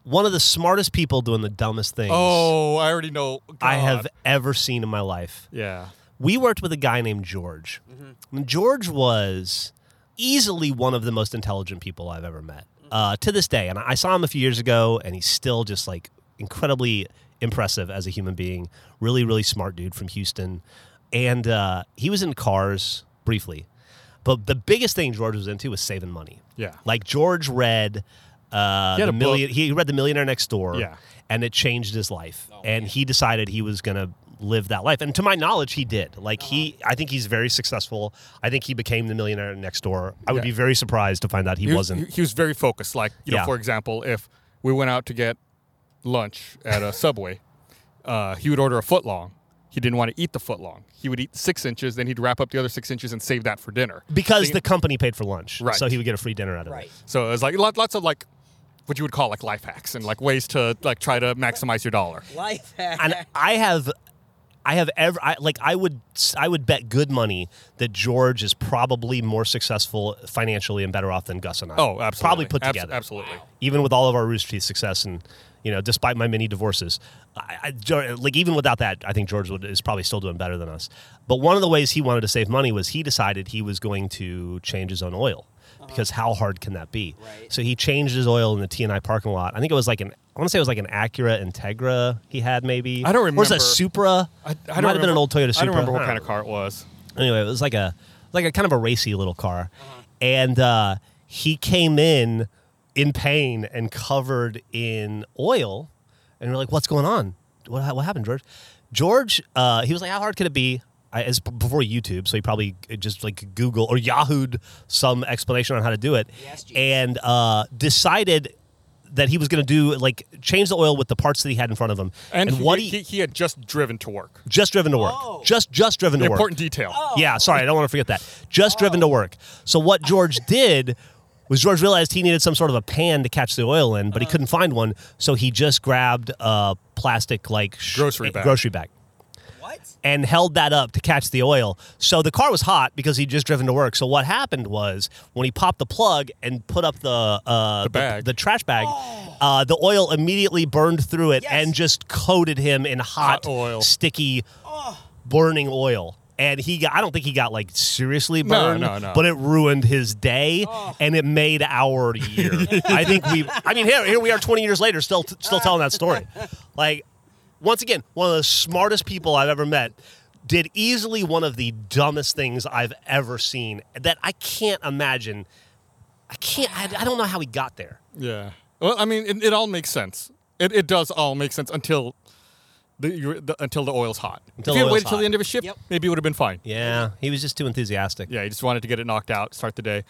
Speaker 4: one of the smartest people doing the dumbest things
Speaker 3: Oh, I already know.
Speaker 4: I have
Speaker 3: God.
Speaker 4: ever seen in my life
Speaker 3: Yeah.
Speaker 4: we worked with a guy named George.
Speaker 3: Mm-hmm.
Speaker 4: And George was easily one of the most intelligent people I've ever met uh, to this day. And I saw him a few years ago, and he's still just like incredibly impressive as a human being. Really, really smart dude from Houston. And uh, he was in cars briefly. But the biggest thing George was into was saving money.
Speaker 3: Yeah.
Speaker 4: Like George read uh,
Speaker 3: He had
Speaker 4: the
Speaker 3: a book.
Speaker 4: million. He read the Millionaire Next Door.
Speaker 3: Yeah.
Speaker 4: And it changed his life.
Speaker 3: Oh,
Speaker 4: and he decided he was gonna live that life. And to my knowledge, he did. Like he,
Speaker 3: Uh-huh.
Speaker 4: I think he's very successful. I think he became the Millionaire Next Door. I would
Speaker 3: Yeah.
Speaker 4: be very surprised to find out he,
Speaker 3: He was-
Speaker 4: wasn't.
Speaker 3: He, he was very focused. Like, you
Speaker 4: Yeah.
Speaker 3: know, for example, if we went out to get lunch at a Subway, uh, he would order a foot long. He didn't want to eat the foot long. He would eat six inches, then he'd wrap up the other six inches and save that for dinner.
Speaker 4: because the company paid for lunch,
Speaker 3: Right.
Speaker 4: so he would get a free dinner out of
Speaker 2: Right.
Speaker 4: it.
Speaker 3: So it was like lot- lots of like what you would call like life hacks and like ways to like try to maximize your dollar.
Speaker 2: Life hack.
Speaker 4: And I have, I have ever I, like I would I would bet good money that George is probably more successful financially and better off than Gus and I.
Speaker 3: Oh, absolutely.
Speaker 4: Probably put
Speaker 3: Abs-
Speaker 4: together.
Speaker 3: absolutely.
Speaker 4: even with all of our Rooster Teeth success and you know, despite my many divorces, I, I, Geor- like even without that, I think George would, is probably still doing better than us. But one of the ways he wanted to save money was he decided he was going to change his own oil because how hard can that be?
Speaker 2: Right.
Speaker 4: So he changed his oil in the T and I parking lot. I think it was like an I want to say it was like an Acura Integra he had maybe.
Speaker 3: I don't
Speaker 4: Or was it a
Speaker 3: remember.
Speaker 4: Supra?
Speaker 3: I, I
Speaker 4: It
Speaker 3: don't
Speaker 4: might have been an
Speaker 3: remember-
Speaker 4: old Toyota Supra.
Speaker 3: I don't remember what
Speaker 4: I
Speaker 3: kind
Speaker 4: know
Speaker 3: of car it was.
Speaker 4: anyway, it was like a like a kind of a racy little car,
Speaker 2: Uh-huh.
Speaker 4: and uh, he came in in pain and covered in oil, and we're like, "What's going on? What ha- what happened, George?" George, uh, he was like, "How hard could it be?" I, it's b- before YouTube, so he probably uh, just like Google or Yahooed some explanation on how to do it,
Speaker 2: Yes, Jesus.
Speaker 4: and uh, decided that he was going to do like change the oil with the parts that he had in front of him.
Speaker 3: And, he,
Speaker 4: what
Speaker 3: he, he, had just driven to work.
Speaker 4: just driven to work,
Speaker 2: Oh.
Speaker 4: just just driven to work. Oh.
Speaker 3: Important detail.
Speaker 4: Yeah, sorry, I don't want to forget that. Just driven to work. So what George did was George realized he needed some sort of a pan to catch the oil in, but
Speaker 3: Uh-huh.
Speaker 4: he couldn't find one, so he just grabbed a plastic like sh-
Speaker 3: Grocery
Speaker 4: eh,
Speaker 3: bag.
Speaker 4: grocery bag
Speaker 2: what?
Speaker 4: and held that up to catch the oil. So the car was hot because he'd just driven to work. So what happened was when he popped the plug and put up the uh, the,
Speaker 3: bag. Oh.
Speaker 4: the trash bag, uh, the oil immediately burned through it
Speaker 2: Yes.
Speaker 4: and just coated him in hot,
Speaker 3: Hot oil. Oh.
Speaker 4: sticky, burning oil. And he got, I don't think he got like seriously
Speaker 3: No,
Speaker 4: burned,
Speaker 3: no, Oh. no.
Speaker 4: but it ruined his day and it made our year. I think we, I mean, here, here we are 20 years later still, still telling that story. Like, once again, one of the smartest people I've ever met did easily one of the dumbest things I've ever seen that I can't imagine. I can't, I, I don't know how he got there.
Speaker 3: Yeah. Well, I mean, it, it all makes sense. It, it does all make sense until the, you, the until the oil's hot.
Speaker 4: Until
Speaker 3: if he
Speaker 4: the
Speaker 3: had
Speaker 4: oil's
Speaker 3: waited till
Speaker 4: hot.
Speaker 3: the end of his shift,
Speaker 2: Yep.
Speaker 3: maybe it would have been fine.
Speaker 4: Yeah, he was just too enthusiastic.
Speaker 3: Yeah, he just wanted to get it knocked out, start the day.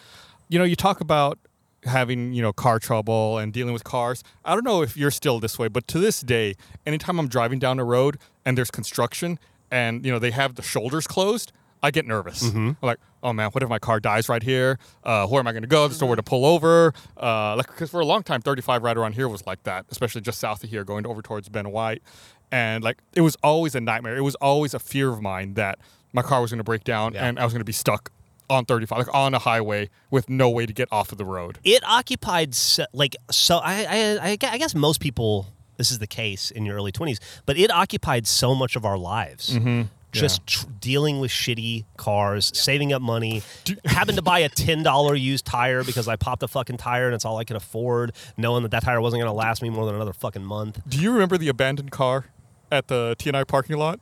Speaker 3: You know, you talk about having, you know, car trouble and dealing with cars. I don't know if you're still this way, but to this day, anytime I'm driving down a road and there's construction and, you know, they have the shoulders closed, I get nervous. I'm like, oh man, what if my car dies right here? Uh, where am I going to go? There's nowhere to pull over. Uh, like, because for a long time, 35 right around here was like that, especially just south of here, going over towards Ben White. And like, it was always a nightmare. It was always a fear of mine that my car was going to break down
Speaker 4: Yeah.
Speaker 3: and I was going to be stuck on 35, like on a highway with no way to get off of the road.
Speaker 4: it occupied se- like so I, I I gue- I guess most people this is the case in your early 20s but it occupied so much of our lives
Speaker 3: Mm-hmm.
Speaker 4: just tr- dealing with shitty cars saving up money having to buy a $10 used tire because i popped a fucking tire and it's all i could afford knowing that that tire wasn't going to last me more than another fucking month
Speaker 3: Do you remember the abandoned car at the TNI parking lot?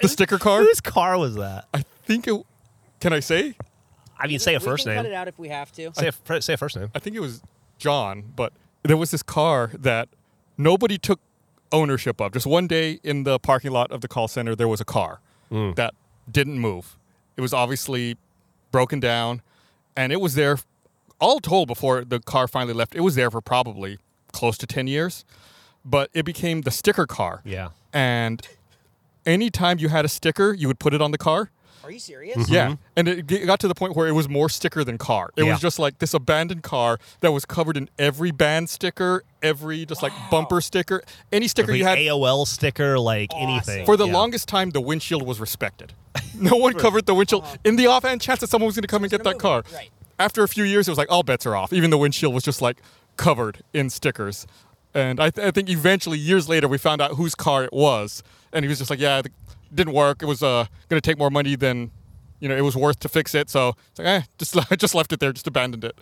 Speaker 3: the sticker car?
Speaker 4: whose car was that
Speaker 3: I think it. Can I say?
Speaker 4: i mean say a
Speaker 2: We
Speaker 4: first
Speaker 2: can Cut it
Speaker 4: name
Speaker 2: out if we have to.
Speaker 4: say a, fir- say a first name
Speaker 3: I think it was John, but there was this car that nobody took ownership of. Just one day in the parking lot of the call center, there was a car that didn't move. It was obviously broken down, and it was there, all told, before the car finally left. It was there for probably close to 10 years, but it became the sticker car.
Speaker 4: Yeah.
Speaker 3: And anytime you had a sticker, you would put it on the car.
Speaker 2: Are you serious?
Speaker 3: Yeah, and it g- got to the point where it was more sticker than car. It
Speaker 4: Yeah.
Speaker 3: was just like this abandoned car that was covered in every band sticker, every just like bumper sticker, any sticker
Speaker 4: like
Speaker 3: you had.
Speaker 4: aol sticker like anything
Speaker 3: For the
Speaker 4: Yeah.
Speaker 3: longest time, the windshield was respected. No one covered the windshield in the offhand chance that someone was going to come and get
Speaker 2: gonna
Speaker 3: that car.
Speaker 2: move it, right.
Speaker 3: After a few years, it was like all bets are off. Even the windshield was just like covered in stickers. And I, th- I think eventually, years later, we found out whose car it was. And he was just like, yeah, it didn't work. It was uh, going to take more money than, you know, it was worth to fix it. So it's like, eh, just, le- just left it there, just abandoned it.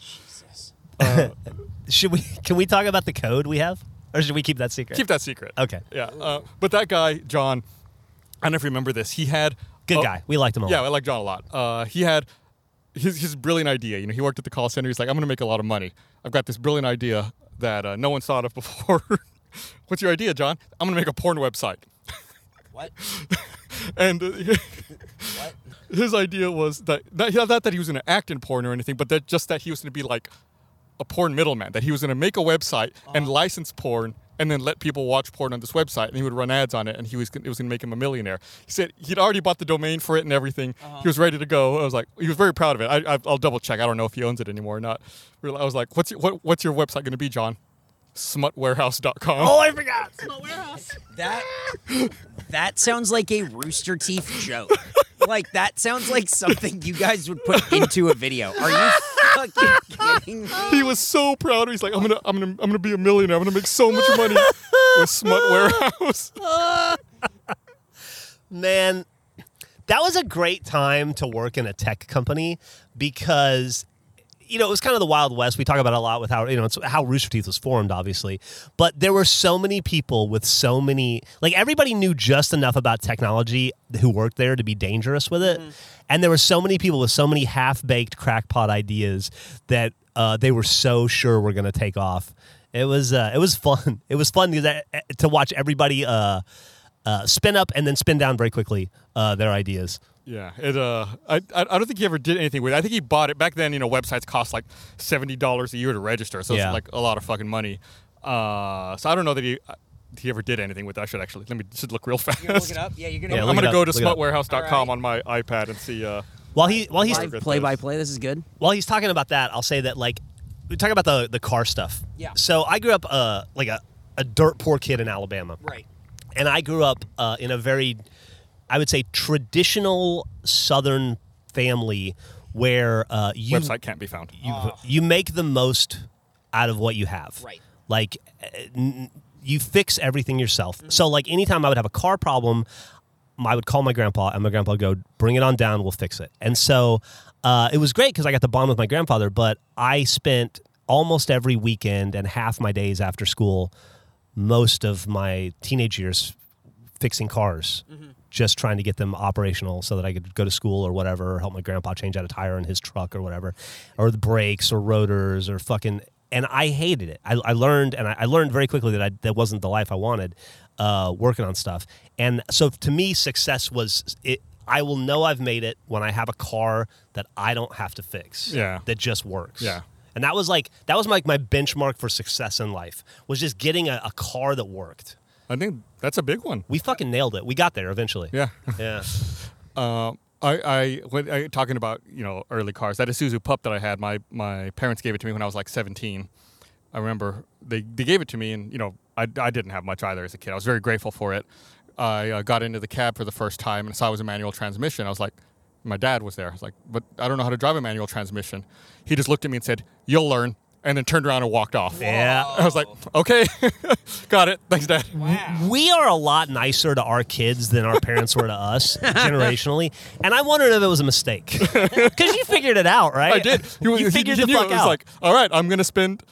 Speaker 4: Should we? Can we talk about the code we have, or should we keep that secret?
Speaker 3: Keep that secret.
Speaker 4: Okay.
Speaker 3: Yeah. Uh, but that guy, John, I don't know if you remember this. He had.
Speaker 4: Good
Speaker 3: oh,
Speaker 4: guy. We liked him a lot.
Speaker 3: Yeah, I like John a lot. Uh, he had his, his brilliant idea. You know, he worked at the call center. He's like, I'm going to make a lot of money. I've got this brilliant idea that uh, no one's thought of before. What's your idea, John? I'm going to make a porn website.
Speaker 2: What?
Speaker 3: And uh, his idea was that not, not that he was going to act in porn or anything, but that just that he was going to be like a porn middleman. That he was going to make a website and license porn and then let people watch porn on this website, and he would run ads on it, and he was it was gonna make him a millionaire. He said he'd already bought the domain for it and everything. He was ready to go. I was like, he was very proud of it. I, I, I'll double check. I don't know if he owns it anymore or not. Real- I was like, what's your, what, what's your website gonna be, John? Smutwarehouse.com. Oh,
Speaker 4: I forgot.
Speaker 2: That that sounds like a Rooster Teeth joke. Like that sounds like something you guys would put into a video. Are you fucking kidding me?
Speaker 3: he was so proud. He's like, I'm gonna, I'm gonna, I'm gonna be a millionaire. I'm gonna make so much money with Smut Warehouse.
Speaker 4: Man, that was a great time to work in a tech company because you know it was kind of the wild west. We talk about it a lot with how you know it's how Rooster Teeth was formed, obviously, but there were so many people with so many like everybody knew just enough about technology who worked there to be dangerous with it, and there were so many people with so many half baked crackpot ideas that uh, they were so sure were going to take off. It was uh, it was fun. It was fun because I- to watch everybody. Uh, uh, spin up and then spin down very quickly uh, their ideas.
Speaker 3: Yeah, it. Uh, I, I I don't think he ever did anything with it. I think he bought it back then. You know, websites cost like seventy dollars a year to register, so
Speaker 4: Yeah.
Speaker 3: it's like a lot of fucking money. Uh, so I don't know that he uh, he ever did anything with that. I should actually let me should look real fast.
Speaker 2: Look it up. Yeah, you're gonna
Speaker 4: Yeah,
Speaker 3: I'm
Speaker 4: look it
Speaker 3: gonna
Speaker 4: up,
Speaker 3: go to
Speaker 4: look it up.
Speaker 3: smutwarehouse.com
Speaker 2: All
Speaker 3: on my iPad and see. Uh,
Speaker 4: While he while he's
Speaker 2: live play by play. This is good.
Speaker 4: while he's talking about that, I'll say that like we talk about the the car stuff.
Speaker 2: Yeah.
Speaker 4: So I grew up uh like a, a dirt poor kid in Alabama.
Speaker 2: Right.
Speaker 4: And I grew up uh, in a very, I would say, traditional Southern family where uh, you
Speaker 3: website can't be found.
Speaker 4: you you make the most out of what you have.
Speaker 2: Right.
Speaker 4: Like uh, n- you fix everything yourself. So like anytime I would have a car problem, I would call my grandpa and my grandpa would go, "Bring it on down, we'll fix it." And so uh, it was great because I got to bond with my grandfather. But I spent almost every weekend and half my days after school, most of my teenage years fixing cars, just trying to get them operational so that I could go to school or whatever, or help my grandpa change out a tire in his truck or whatever, or the brakes or rotors or fucking. And I hated it. I, I learned, and I, I learned very quickly that I, that wasn't the life I wanted, uh, working on stuff. And so to me, success was it. I will know I've made it when I have a car that I don't have to fix.
Speaker 3: Yeah.
Speaker 4: That just works.
Speaker 3: Yeah.
Speaker 4: And that was like that was like my benchmark for success in life was just getting a, a car that worked.
Speaker 3: I think that's a big one.
Speaker 4: We fucking nailed it. We got there eventually.
Speaker 3: Yeah.
Speaker 4: Yeah.
Speaker 3: Uh, I, I, when I talking about you know early cars. That Isuzu Pup that I had, my my parents gave it to me when I was like 17. I remember they, they gave it to me, and you know I, I didn't have much either as a kid. I was very grateful for it. I uh, got into the cab for the first time and saw it was a manual transmission. I was like, my dad was there. I was like, but I don't know how to drive a manual transmission. He just looked at me and said, "You'll learn," and then turned around and walked off.
Speaker 4: Yeah.
Speaker 3: I was like, okay, got it. Thanks, Dad.
Speaker 4: We are a lot nicer to our kids than our parents were to us generationally. And I wondered if it was a mistake. Because you figured it out, right?
Speaker 3: I did.
Speaker 4: You,
Speaker 3: He- he-
Speaker 4: figured
Speaker 3: he
Speaker 4: the
Speaker 3: knew.
Speaker 4: fuck
Speaker 3: It was
Speaker 4: out.
Speaker 3: like, all right, I'm gonna spend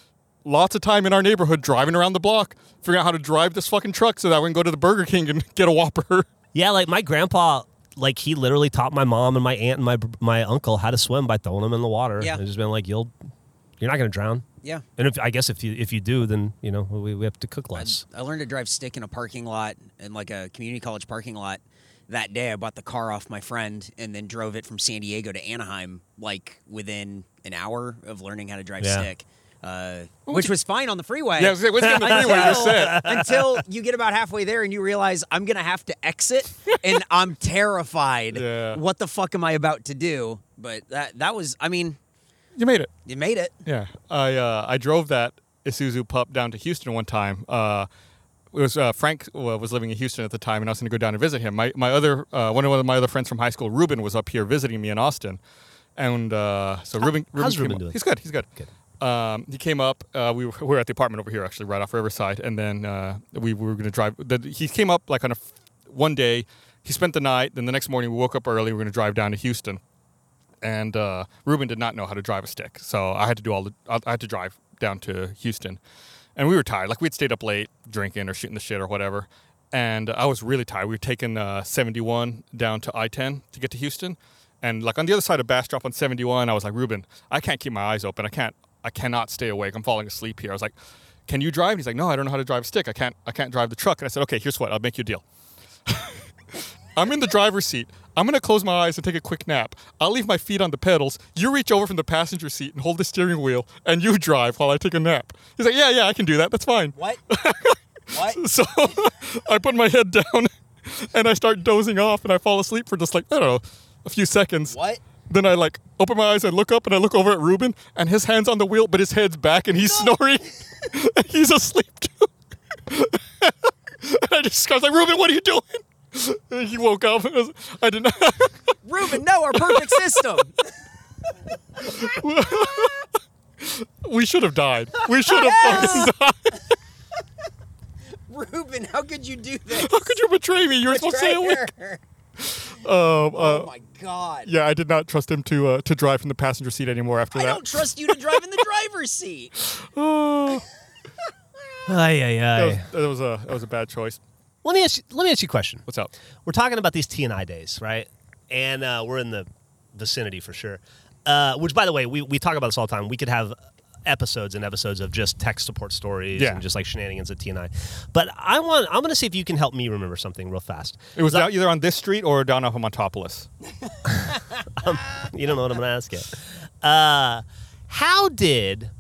Speaker 3: lots of time in our neighborhood driving around the block, figuring out how to drive this fucking truck so that we can go to the Burger King and get a Whopper.
Speaker 4: yeah, like my grandpa, like he literally taught my mom and my aunt and my my uncle how to swim by throwing them in the water.
Speaker 2: Yeah.
Speaker 4: And just been like, you'll, you're not going to drown.
Speaker 2: Yeah.
Speaker 4: And if, I guess if you if you do, then you know we, we have to cook less.
Speaker 2: I learned to drive stick in a parking lot in like a community college parking lot. That day, I bought the car off my friend and then drove it from San Diego to Anaheim, like within an hour of learning how to drive
Speaker 4: Yeah.
Speaker 2: stick, uh, which was fine on the freeway.
Speaker 3: Yeah, I was gonna say, once you get on the freeway, you're set.
Speaker 2: until you get about halfway there and you realize I'm gonna have to exit, and I'm terrified.
Speaker 3: Yeah.
Speaker 2: What the fuck am I about to do? But that that was, I mean,
Speaker 3: You made it.
Speaker 2: you made it.
Speaker 3: Yeah, I uh, I drove that Isuzu pup down to Houston one time. Uh, it was uh, Frank uh, was living in Houston at the time, and I was going to go down and visit him. My my other uh, one of one of my other friends from high school, Ruben, was up here visiting me in Austin, and uh, so Ruben. Ruben
Speaker 4: how's
Speaker 3: came
Speaker 4: Ruben
Speaker 3: up-
Speaker 4: doing?
Speaker 3: He's good. He's good. Um, he came up. Uh, we, were, we were at the apartment over here, actually, right off Riverside, and then uh, we, we were going to drive. The, he came up like on a f- one day. He spent the night. Then the next morning, we woke up early. We were going to drive down to Houston and uh, Ruben did not know how to drive a stick, so I had to do all the. I I had to drive down to Houston, and we were tired. Like we'd stayed up late drinking or shooting the shit or whatever, and I was really tired. We were taking uh, 71 down to I-10 to get to Houston, and like on the other side of Bastrop on 71, I was like, Ruben, I can't keep my eyes open. I can't. I cannot stay awake. I'm falling asleep here. I was like, Can you drive? And he's like, No, I don't know how to drive a stick. I can't. I can't drive the truck. And I said, Okay, here's what. I'll make you a deal. I'm in the driver's seat. I'm gonna close my eyes and take a quick nap. I'll leave my feet on the pedals. You reach over from the passenger seat and hold the steering wheel, and you drive while I take a nap. He's like, "Yeah, yeah, I can do that. That's fine."
Speaker 2: What? What?
Speaker 3: So I put my head down and I start dozing off and I fall asleep for just like, I don't know, a few seconds.
Speaker 2: What?
Speaker 3: Then I like open my eyes and look up and I look over at Ruben and his hand's on the wheel, but his head's back and he's snoring. he's asleep too. and I just I was like, Ruben, what are you doing? And he woke up. And I, was, I didn't.
Speaker 2: Ruben, no, our perfect system.
Speaker 3: we should have died. We should have fucking died.
Speaker 2: Ruben, how could you do this?
Speaker 3: How could you betray me? You were supposed to stay awake.
Speaker 2: Traitor.
Speaker 3: Um, uh,
Speaker 2: Oh my god.
Speaker 3: yeah, I did not trust him to uh, to drive from the passenger seat anymore after
Speaker 2: I
Speaker 3: that.
Speaker 2: don't trust you to drive in the driver's seat.
Speaker 3: Oh,
Speaker 4: Ay, ay,
Speaker 3: that,
Speaker 4: ay.
Speaker 3: was, that was a that was a bad choice.
Speaker 4: Let me ask you, let me ask you a question.
Speaker 3: What's up?
Speaker 4: We're talking about these TNI days, right? And uh, we're in the vicinity for sure. Uh, which, by the way, we, we talk about this all the time. We could have episodes and episodes of just tech support stories
Speaker 3: Yeah.
Speaker 4: and just like shenanigans at TNI. But I want I'm going to see if you can help me remember something real fast.
Speaker 3: It was down, either on this street or down off of Montopolis.
Speaker 4: You don't know what I'm going to ask yet. Uh, how did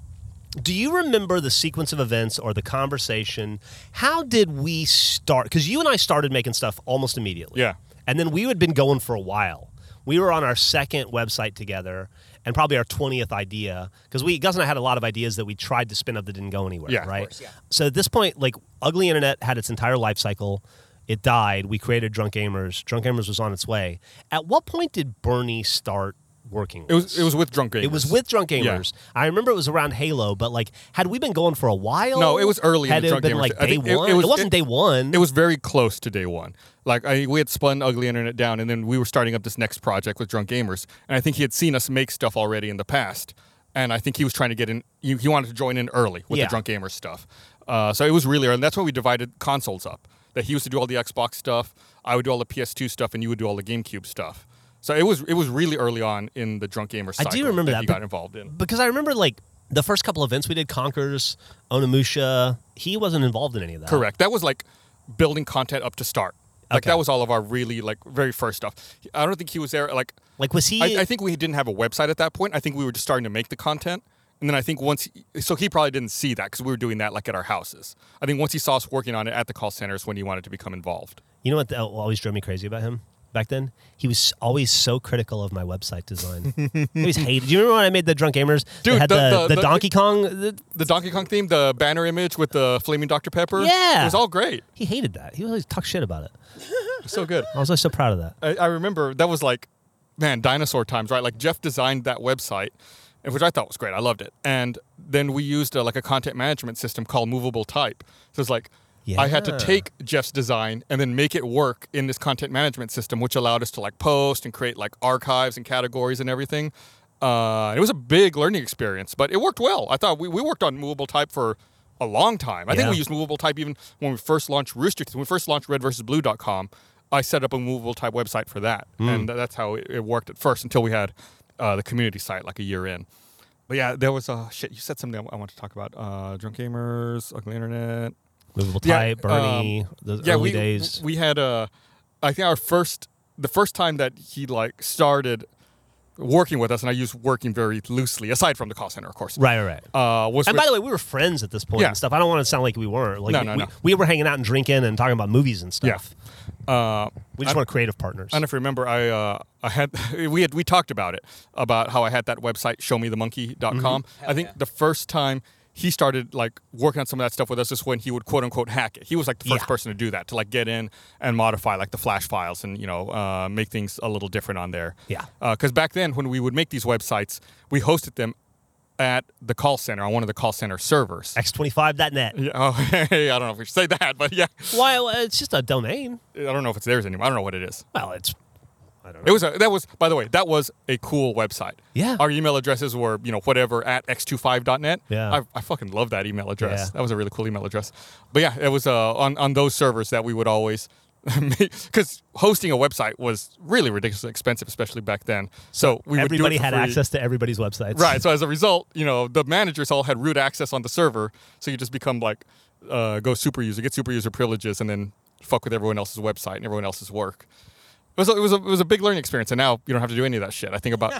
Speaker 4: do you remember the sequence of events or the conversation? How did we start? Because you and I started making stuff almost immediately.
Speaker 3: Yeah.
Speaker 4: And then we had been going for a while. We were on our second website together and probably our 20th idea because we Gus and I had a lot of ideas that we tried to spin up that didn't go anywhere,
Speaker 3: Yeah, of
Speaker 4: right?
Speaker 2: course, yeah.
Speaker 4: So at this point, like Ugly Internet had its entire life cycle. It died. We created Drunk Gamers. Drunk Gamers was on its way. At what point did Bernie start working?
Speaker 3: It
Speaker 4: with
Speaker 3: was it was with drunk gamers.
Speaker 4: it was with Drunk
Speaker 3: Yeah.
Speaker 4: Gamers. I remember it was around Halo, but like, had we been going for a while?
Speaker 3: No, it was early in
Speaker 4: Had
Speaker 3: the
Speaker 4: it
Speaker 3: Drunk
Speaker 4: been
Speaker 3: Gamers.
Speaker 4: like
Speaker 3: I
Speaker 4: day
Speaker 3: think it-
Speaker 4: one?
Speaker 3: it
Speaker 4: It,
Speaker 3: was-
Speaker 4: wasn't
Speaker 3: it-
Speaker 4: day one.
Speaker 3: It was very close to day one. Like I, we had spun Ugly Internet down, and then we were starting up this next project with Drunk Gamers. And I think he had seen us make stuff already in the past, and I think he was trying to get in. He, he wanted to join in early with
Speaker 4: Yeah.
Speaker 3: the Drunk Gamers stuff. Uh, so it was really early, and that's why we divided consoles up. That he used to do all the Xbox stuff, I would do all the PS2 stuff, and you would do all the GameCube stuff. So it was it was really early on in the Drunk Gamers.
Speaker 4: I do
Speaker 3: cycle
Speaker 4: remember that,
Speaker 3: he
Speaker 4: but-
Speaker 3: got involved in.
Speaker 4: because I remember like the first couple events we did, Conkers, Onimusha. He wasn't involved in any of that.
Speaker 3: Correct. That was like building content up to start. Like
Speaker 4: Okay.
Speaker 3: that was all of our really like very first stuff. I don't think he was there. Like
Speaker 4: Like, was he?
Speaker 3: I, I think we didn't have a website at that point. I think we were just starting to make the content. And then I think once, so he probably didn't see that because we were doing that like at our houses. I think once he saw us working on it at the call centers when he wanted to become involved.
Speaker 4: you know what that always drove me crazy about him back then? He was always so critical of my website design. he was hated. Do you remember when I made the Drunk Gamers? that
Speaker 3: Dude,
Speaker 4: had
Speaker 3: the-
Speaker 4: the, the,
Speaker 3: the- the-
Speaker 4: Donkey Kong. The,
Speaker 3: The Donkey Kong theme, the banner image with the flaming Dr. Pepper.
Speaker 4: Yeah.
Speaker 3: It was all great.
Speaker 4: he hated that. He always talked shit about it.
Speaker 3: It was so good.
Speaker 4: I was always so proud of that.
Speaker 3: I, I remember that was like, man, dinosaur times, right? Like Jeff designed that website, and- which I thought was great. I loved it. And then we used a, like a content management system called Movable Type. So it's like I had to
Speaker 4: Yeah.
Speaker 3: take Jeff's design and then make it work in this content management system, which allowed us to like post and create like archives and categories and everything. Uh, it was a big learning experience, but it worked well. I thought we, we worked on Movable Type for a long time. I think
Speaker 4: Yeah.
Speaker 3: we used movable type even when we first launched Rooster Teeth. When we first launched Red versus Blue.com, I set up a movable type website for that,
Speaker 4: Hmm.
Speaker 3: and that's how it, it worked at first until we had uh, the community site like a year in. But yeah, there was uh, shit. You said something I, I want to talk about: uh, drunk gamers, ugly internet.
Speaker 4: Movable
Speaker 3: Yeah,
Speaker 4: type, Bernie,
Speaker 3: um,
Speaker 4: those
Speaker 3: yeah,
Speaker 4: early
Speaker 3: we,
Speaker 4: days.
Speaker 3: we had uh, I think our first the first time that he like started working with us, and I use working very loosely, aside from the call center, of course.
Speaker 4: right, right, right.
Speaker 3: Uh, was
Speaker 4: And
Speaker 3: with-
Speaker 4: by the way, we were friends at this point
Speaker 3: Yeah.
Speaker 4: and stuff. I don't want to sound like we weren't. Like
Speaker 3: No,
Speaker 4: we,
Speaker 3: no,
Speaker 4: we,
Speaker 3: no.
Speaker 4: we were hanging out and drinking and talking about movies and
Speaker 3: yeah.
Speaker 4: stuff.
Speaker 3: Uh,
Speaker 4: We just were creative partners.
Speaker 3: I don't know if you remember. I uh, I had we had we talked about it about how I had that website showmethemonkey.com. com.
Speaker 4: Mm-hmm.
Speaker 3: I think the first time he started like working on some of that stuff with us is when he would quote unquote hack it. He was like the first
Speaker 4: Yeah.
Speaker 3: person to do that to like get in and modify like the flash files and you know uh, make things a little different on there.
Speaker 4: Yeah.
Speaker 3: Because back then when we would make these websites, we hosted them at the call center on one of the call center servers.
Speaker 4: X25.net.
Speaker 3: Yeah, oh, hey, I don't know if we should say that, but yeah,
Speaker 4: Why? well, it's just a domain.
Speaker 3: I don't know if it's theirs anymore. I don't know what it is.
Speaker 4: Well, it's I don't
Speaker 3: It
Speaker 4: know.
Speaker 3: was a, that was by the way that was a cool website.
Speaker 4: Yeah.
Speaker 3: Our email addresses were you know whatever at x25.net.
Speaker 4: Yeah.
Speaker 3: I, I fucking love that email address.
Speaker 4: Yeah.
Speaker 3: That was a really cool email address. But yeah, it was uh, on on those servers that we would always because hosting a website was really ridiculously expensive, especially back then. So we would do it
Speaker 4: Everybody
Speaker 3: for
Speaker 4: had
Speaker 3: free.
Speaker 4: access to everybody's websites.
Speaker 3: Right. So as a result, you know, the managers all had root access on the server. So you just become like, uh, go super user, get super user privileges, and then fuck with everyone else's website and everyone else's work. It was, a, it, was a, it was a big learning experience, and now you don't have to do any of that shit. I think about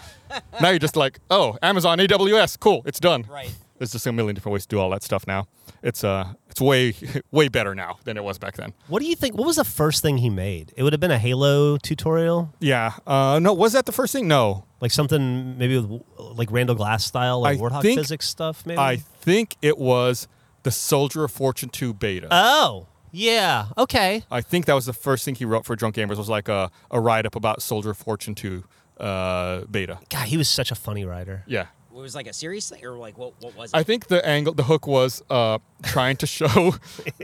Speaker 3: now you're just like, oh, Amazon AWS, cool, it's done.
Speaker 2: Right.
Speaker 3: There's just a million different ways to do all that stuff now. It's uh, it's way way better now than it was back then.
Speaker 4: What do you think? What was the first thing he made? It would have been a Halo tutorial,
Speaker 3: Yeah. Uh, no, was that the first thing? No,
Speaker 4: like something maybe with, like Randall Glass style, like
Speaker 3: I
Speaker 4: Warthog
Speaker 3: think-
Speaker 4: physics stuff. Maybe.
Speaker 3: I think it was the Soldier of Fortune 2 beta.
Speaker 4: oh yeah. Okay.
Speaker 3: I think that was the first thing he wrote for Drunk Gamers was like a, a write up about Soldier of Fortune 2 uh, beta.
Speaker 4: God, he was such a funny writer.
Speaker 3: Yeah.
Speaker 2: It was like a serious thing, or like what? What was it?
Speaker 3: I think the angle, the hook was uh, trying to show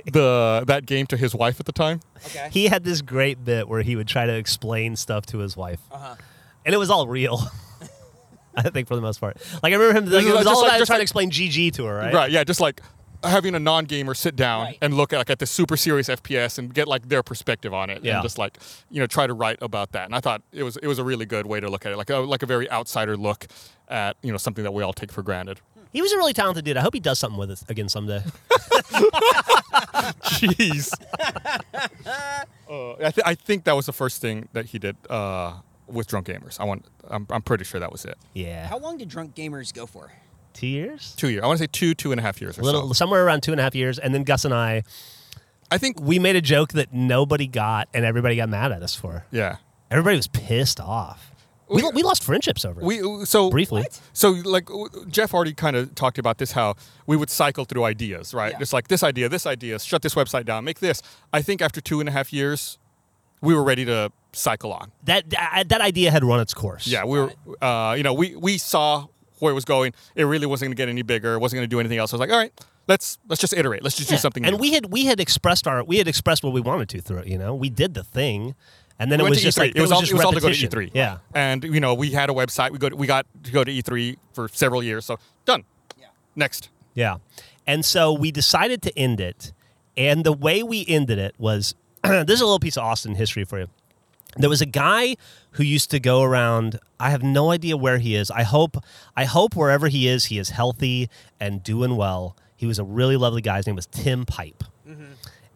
Speaker 3: the that game to his wife at the time.
Speaker 2: okay.
Speaker 4: He had this great bit where he would try to explain stuff to his wife,
Speaker 3: Uh-huh.
Speaker 4: and it was all real. I think for the most part, like I remember him. Like,
Speaker 3: is
Speaker 4: it was
Speaker 3: just
Speaker 4: all
Speaker 3: like-
Speaker 4: about him
Speaker 3: just
Speaker 4: trying to
Speaker 3: like-
Speaker 4: explain GG to her,
Speaker 3: Right. yeah, just like having a non-gamer sit down
Speaker 2: Right.
Speaker 3: and look at like at the super serious FPS and get like their perspective on it,
Speaker 4: Yeah.
Speaker 3: and just like you know try to write about that. And I thought it was it was a really good way to look at it, like a, like a very outsider look at you know something that we all take for granted.
Speaker 4: He was a really talented dude. I hope he does something with it again someday.
Speaker 3: Jeez. uh, I, th- I think that was the first thing that he did uh, with Drunk Gamers. I want. I'm, I'm pretty sure that was it.
Speaker 4: yeah.
Speaker 2: How long did drunk gamers go for?
Speaker 4: two years?
Speaker 3: Two years. I want to say two, two and a half years or
Speaker 4: Little,
Speaker 3: so.
Speaker 4: somewhere around two and a half years. And then Gus and I,
Speaker 3: I think.
Speaker 4: we made a joke that nobody got and everybody got mad at us for.
Speaker 3: Yeah.
Speaker 4: Everybody was pissed off. We, we lost friendships over it.
Speaker 3: We so
Speaker 4: Briefly. What?
Speaker 3: So like w- Jeff already kind of talked about this how we would cycle through ideas, right?
Speaker 2: Yeah.
Speaker 3: Just like this idea, this idea, shut this website down, make this. I think after two and a half years, we were ready to cycle on.
Speaker 4: that, that that idea had run its course.
Speaker 3: Yeah, we were. Uh, you know, we we saw where it was going. It really wasn't going to get any bigger. It wasn't going to do anything else. I was like, all right, let's let's just iterate. Let's just do something.
Speaker 4: And
Speaker 3: new.
Speaker 4: we had we had expressed our we had expressed what we wanted to through it. You know, we did the thing, and then
Speaker 3: We
Speaker 4: it
Speaker 3: went
Speaker 4: was
Speaker 3: to
Speaker 4: just
Speaker 3: E3.
Speaker 4: like
Speaker 3: it was, all,
Speaker 4: just
Speaker 3: it was all to E go to
Speaker 4: repetition.
Speaker 3: E3.
Speaker 4: Yeah.
Speaker 3: and you know, we had a website. We go to, we got to go to E3 for several years. So done.
Speaker 2: Yeah.
Speaker 3: Next.
Speaker 4: Yeah. And so we decided to end it. And the way we ended it was this is a little piece of Austin history for you. There was a guy who used to go around. I have no idea where he is. I hope I hope wherever he is, he is healthy and doing well. He was a really lovely guy. His name was Tim Pipe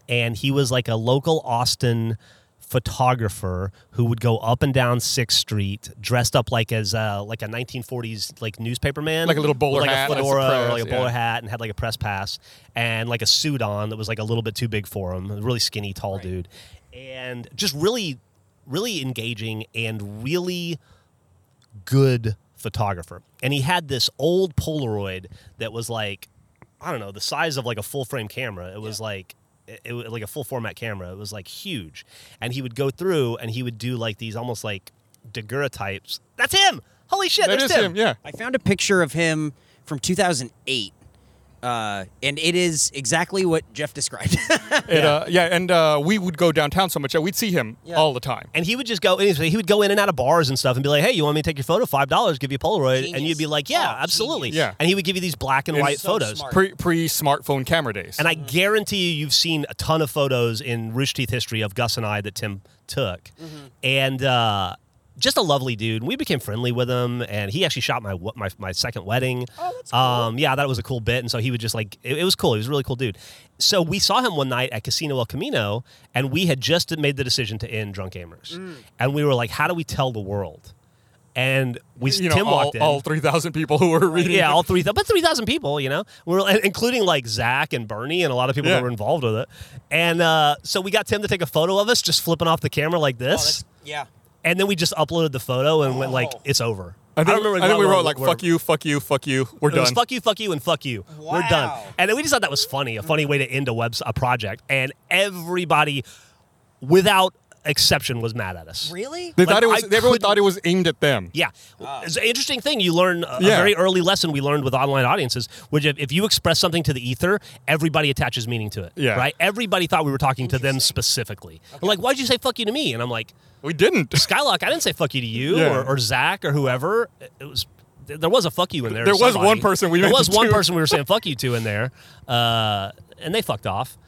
Speaker 4: and he was like a local Austin photographer who would go up and down Sixth Street dressed up like as uh, like a 1940s like newspaper man,
Speaker 3: Like a little
Speaker 4: with,
Speaker 3: bowler
Speaker 4: like
Speaker 3: hat and
Speaker 4: a
Speaker 3: a
Speaker 4: fedora or
Speaker 3: press,
Speaker 4: like a bowler
Speaker 3: yeah.
Speaker 4: hat, and had like a press pass and like a suit on that was like a little bit too big for him. A really skinny, tall dude, and just really, really engaging and really good photographer. And he had this old Polaroid that was like, I don't know, the size of like a full frame camera. It was like, it, it was like a full format camera. It was like huge. And he would go through and he would do like these almost like daguerreotypes. That's him. Holy shit.
Speaker 3: That
Speaker 4: that's
Speaker 3: is him. Yeah.
Speaker 2: I found a picture of him from 2008, uh, and it is exactly what Jeff described.
Speaker 3: It, yeah. Uh, yeah, and uh, we would go downtown so much that we'd see him all the time.
Speaker 4: And he would just go. and He would go in and out of bars and stuff, and be like, "Hey, you want me to take your photo? Five dollars, give you a Polaroid." And
Speaker 2: Genius.
Speaker 4: you'd be like, "Yeah,
Speaker 2: Oh,
Speaker 4: absolutely."
Speaker 3: genius. Yeah.
Speaker 4: And he would give you these black and
Speaker 3: It's
Speaker 4: white
Speaker 2: so
Speaker 4: photos.
Speaker 2: smart.
Speaker 3: Pre pre smartphone camera days.
Speaker 4: And I guarantee you, you've seen a ton of photos in Rooster Teeth history of Gus and I that Tim took,
Speaker 3: Mm-hmm.
Speaker 4: and uh, just a lovely dude. We became friendly with him, and he actually shot my we- my, my second wedding. Oh, that's cool. Um, yeah, I thought it was a cool bit, and so he would just like it, it was cool. He was a really cool dude. So we saw him one night at Casino El Camino, and we had just made the decision to end Drunk Gamers,
Speaker 3: Mm.
Speaker 4: and we were like, how do we tell the world? And we
Speaker 3: you know,
Speaker 4: Tim
Speaker 3: all,
Speaker 4: walked in
Speaker 3: all three thousand people who were reading.
Speaker 4: yeah, all three, thou- but three thousand people, you know, we were and including like Zach and Bernie and a lot of people
Speaker 3: Yeah.
Speaker 4: that were involved with it. And uh, so we got Tim to take a photo of us, just flipping off the camera like
Speaker 3: Oh,
Speaker 4: this,
Speaker 2: yeah.
Speaker 4: and then we just uploaded the photo and went like,
Speaker 2: Oh.
Speaker 4: "It's over."
Speaker 3: I think, I
Speaker 4: remember
Speaker 3: think we
Speaker 4: where-
Speaker 3: wrote like
Speaker 4: where-
Speaker 3: "fuck you, fuck you, fuck you." We're
Speaker 4: It was
Speaker 3: done.
Speaker 4: fuck you, fuck you, and fuck you. We're done.
Speaker 2: Wow.
Speaker 4: And then we just thought that was funny, a funny way to end a webs a project, and everybody, without exception, was mad at us.
Speaker 2: Really?
Speaker 3: They
Speaker 4: Like,
Speaker 3: thought it was.
Speaker 4: I
Speaker 3: Everyone
Speaker 4: couldn't-
Speaker 3: thought it was aimed at them.
Speaker 4: Yeah. It's an interesting thing you learn, a, a
Speaker 3: Ah. Yeah.
Speaker 4: very early lesson we learned with online audiences, which if, if you express something to the ether, everybody attaches meaning to it.
Speaker 3: Yeah.
Speaker 4: Right? Everybody thought we were talking to them specifically. They're Like, why'd you say fuck you to me? And I'm like,
Speaker 3: We didn't.
Speaker 4: Skylock, I didn't say fuck you to you
Speaker 3: Yeah.
Speaker 4: or, or Zach or whoever. It was. There was a fuck you in there. to
Speaker 3: There was
Speaker 4: somebody.
Speaker 3: one person we
Speaker 4: There
Speaker 3: meant
Speaker 4: was one
Speaker 3: to.
Speaker 4: person we were saying fuck you to in there, uh, and they fucked off.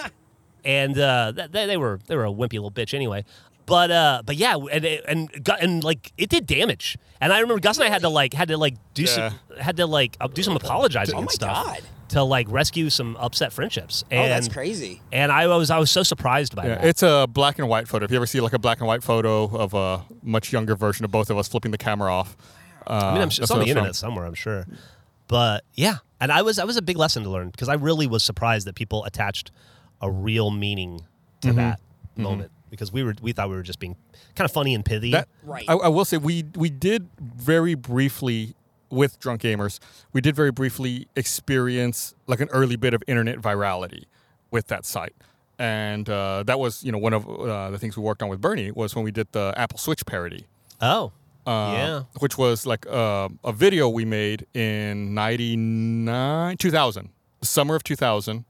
Speaker 4: and uh, th- they, they were they were a wimpy little bitch anyway. But uh, but yeah, and it- and gu- and like it did damage. And I remember Gus and I had to like had to like do some had to like uh, do some apologizing
Speaker 2: Oh
Speaker 4: and
Speaker 2: my
Speaker 4: stuff
Speaker 2: God.
Speaker 4: to like rescue some upset friendships. And,
Speaker 2: oh, that's crazy.
Speaker 4: And I was I was so surprised by
Speaker 3: Yeah,
Speaker 4: that.
Speaker 3: it's a black and white photo. If you ever see like a black and white photo of a much younger version of both of us flipping the camera off, uh,
Speaker 4: I mean, I'm sure
Speaker 3: that's
Speaker 4: it's on
Speaker 3: what it's
Speaker 4: the
Speaker 3: from.
Speaker 4: internet somewhere. I'm sure. But yeah, and I was I was a big lesson to learn because I really was surprised that people attached a real meaning to
Speaker 3: Mm-hmm.
Speaker 4: that moment because we were we thought we were just being kind of funny and pithy.
Speaker 3: That,
Speaker 2: Right.
Speaker 3: I, I will say we we did very briefly with drunk gamers. We did very briefly experience like an early bit of internet virality with that site, and uh, that was you know one of uh, the things we worked on with Bernie was when we did the Apple Switch parody.
Speaker 4: oh,
Speaker 3: uh,
Speaker 4: yeah.
Speaker 3: which was like uh, a video we made in 99 2000 the summer of 2000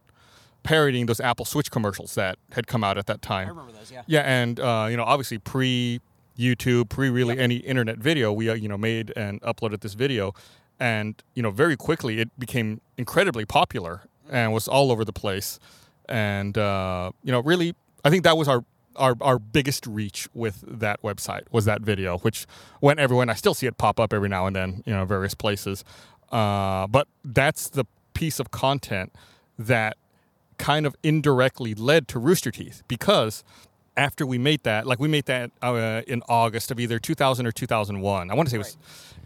Speaker 3: parodying those apple switch commercials that had come out at that time i
Speaker 2: remember those, yeah.
Speaker 3: yeah and uh, you know obviously pre youtube pre really any internet video we uh, you know made and uploaded this video and you know very quickly it became incredibly popular and was all over the place and uh, you know really i think that was our our, our biggest reach with that website was that video which went everywhere and i still see it pop up every now and then you know various places uh, but that's the piece of content that kind of indirectly led to rooster teeth because after we made that like we made that uh, in august of either 2000 or 2001 i want to say it was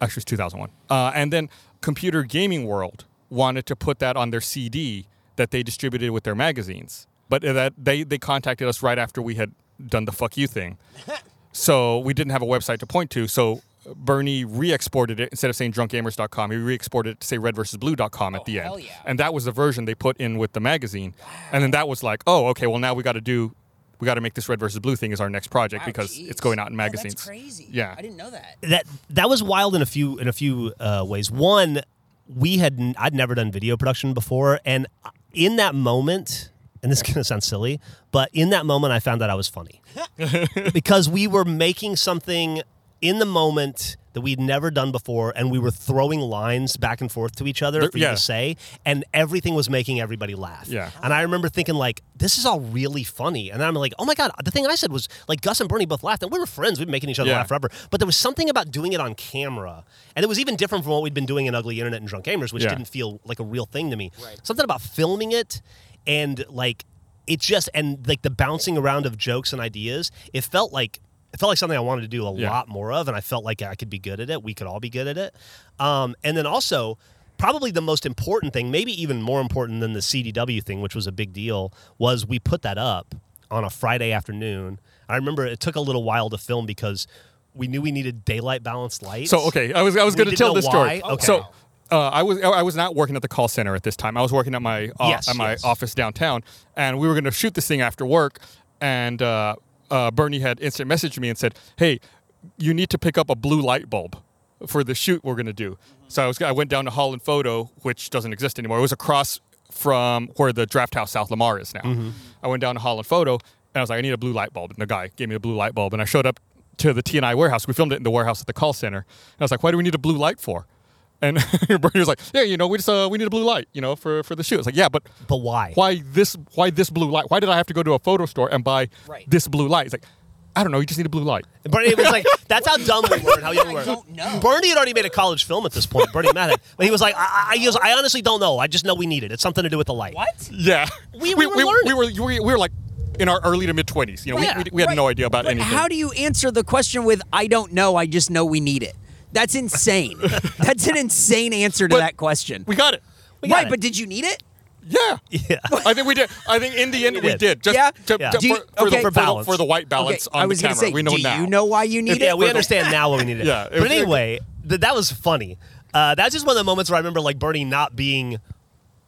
Speaker 3: actually it was 2001 uh, and then computer gaming world wanted to put that on their cd that they distributed with their magazines but that they, they contacted us right after we had done the fuck you thing so we didn't have a website to point to. So Bernie re-exported it instead of saying drunkgamers.com, he re-exported it to say red versus blue.com at the end.
Speaker 2: Oh, hell yeah.
Speaker 3: And that was the version they put in with the magazine. And then that was like, oh, okay, well now we got to do we got to make this red versus blue thing as our next project
Speaker 2: Wow,
Speaker 3: because
Speaker 2: jeez.
Speaker 3: it's going out in
Speaker 2: Oh, that's
Speaker 3: magazines.
Speaker 2: crazy.
Speaker 3: Yeah.
Speaker 2: I didn't know that.
Speaker 4: that that was wild in a few in a few uh, ways. One, we had n- I'd never done video production before, and in that moment, and this is gonna sound silly, but in that moment, I found that I was funny because we were making something in the moment that we'd never done before, and we were throwing lines back and forth to each other
Speaker 3: There-
Speaker 4: for you
Speaker 3: yeah.
Speaker 4: to say, and everything was making everybody laugh.
Speaker 3: Yeah.
Speaker 4: And I remember thinking like, this is all really funny. And I'm like, oh my god, the thing I said was like Gus and Bernie both laughed, and we were friends. We've been making each other
Speaker 3: Yeah.
Speaker 4: laugh forever. But there was something about doing it on camera, and it was even different from what we'd been doing in Ugly Internet and Drunk Gamers, which
Speaker 3: Yeah.
Speaker 4: didn't feel like a real thing to me. Something about filming it and like it just and like the bouncing around of jokes and ideas. It felt like it felt like something I wanted to do a
Speaker 3: Yeah.
Speaker 4: lot more of, and I felt like I could be good at it. We could all be good at it. Um, and then also, probably the most important thing, maybe even more important than the CDW thing, which was a big deal, was we put that up on a Friday afternoon. I remember it took a little while to film because we knew we needed daylight balanced lights.
Speaker 3: So okay, I was I was
Speaker 4: We
Speaker 3: going to
Speaker 4: didn't
Speaker 3: tell
Speaker 4: know
Speaker 3: this
Speaker 4: why?
Speaker 3: story.
Speaker 4: Okay.
Speaker 3: So uh, I was I was not working at the call center at this time. I was working at my uh,
Speaker 4: Yes,
Speaker 3: at my
Speaker 4: yes.
Speaker 3: office downtown, and we were going to shoot this thing after work. And uh, uh, Bernie had instant messaged me and said, "Hey, you need to pick up a blue light bulb." For the shoot we're gonna do, so I was I went down to Holland Photo, which doesn't exist anymore. It was across from where the Draft House South Lamar is now. I went down to Holland Photo and I was like, I need a blue light bulb. And the guy gave me a blue light bulb. And I showed up to the TNI warehouse. We filmed it in the warehouse at the call center. And I was like, why do we need a blue light for? And Bernie was like, yeah, you know, we just uh, we need a blue light, you know, for, for the shoot. It's like, yeah, but
Speaker 4: But why?
Speaker 3: why this why this blue light? Why did I have to go to a photo store and buy
Speaker 2: Right.
Speaker 3: this blue light? It's like, I don't know, you just need a blue light.
Speaker 4: Bernie was like, "That's how dumb we were and how young we
Speaker 2: I
Speaker 4: were."
Speaker 2: don't know.
Speaker 4: Bernie had already made a college film at this point. Bernie Maddock, but he was like, I, I, he was, "I honestly don't know. I just know we need it. It's something to do with the light."
Speaker 2: What?
Speaker 3: Yeah.
Speaker 4: We-
Speaker 3: we,
Speaker 4: we were
Speaker 3: we,
Speaker 4: learning.
Speaker 3: were, we were we were like in our early to mid twenties. You know, we-
Speaker 2: Yeah,
Speaker 3: we, we had no
Speaker 2: right.
Speaker 3: idea about
Speaker 2: But
Speaker 3: anything.
Speaker 2: How do you answer the question with "I don't know, I just know we need it"? That's insane. That's an insane answer to
Speaker 3: But
Speaker 2: that question.
Speaker 3: we got it.
Speaker 4: got
Speaker 2: right,
Speaker 4: it.
Speaker 2: but did you need it?
Speaker 3: Yeah.
Speaker 4: Yeah.
Speaker 3: I think we did. I think in the end we
Speaker 4: We
Speaker 3: did.
Speaker 4: did.
Speaker 3: Just
Speaker 2: Yeah?
Speaker 3: to-
Speaker 4: Yeah.
Speaker 3: to-
Speaker 4: Do
Speaker 2: you-
Speaker 3: for, for
Speaker 2: okay.
Speaker 3: the,
Speaker 2: For
Speaker 3: for,
Speaker 4: balance.
Speaker 3: The, for the white balance
Speaker 2: okay,
Speaker 3: on
Speaker 2: I was
Speaker 3: the
Speaker 2: gonna
Speaker 3: camera.
Speaker 2: say,
Speaker 3: we know
Speaker 2: do
Speaker 3: now.
Speaker 2: you know why you need
Speaker 4: yeah,
Speaker 2: it?
Speaker 4: we
Speaker 2: For the-
Speaker 4: understand now what we needed.
Speaker 3: Yeah, it
Speaker 4: but
Speaker 3: was-
Speaker 4: anyway, th- that was funny. Uh, that's just one of the moments where I remember like Bernie not being.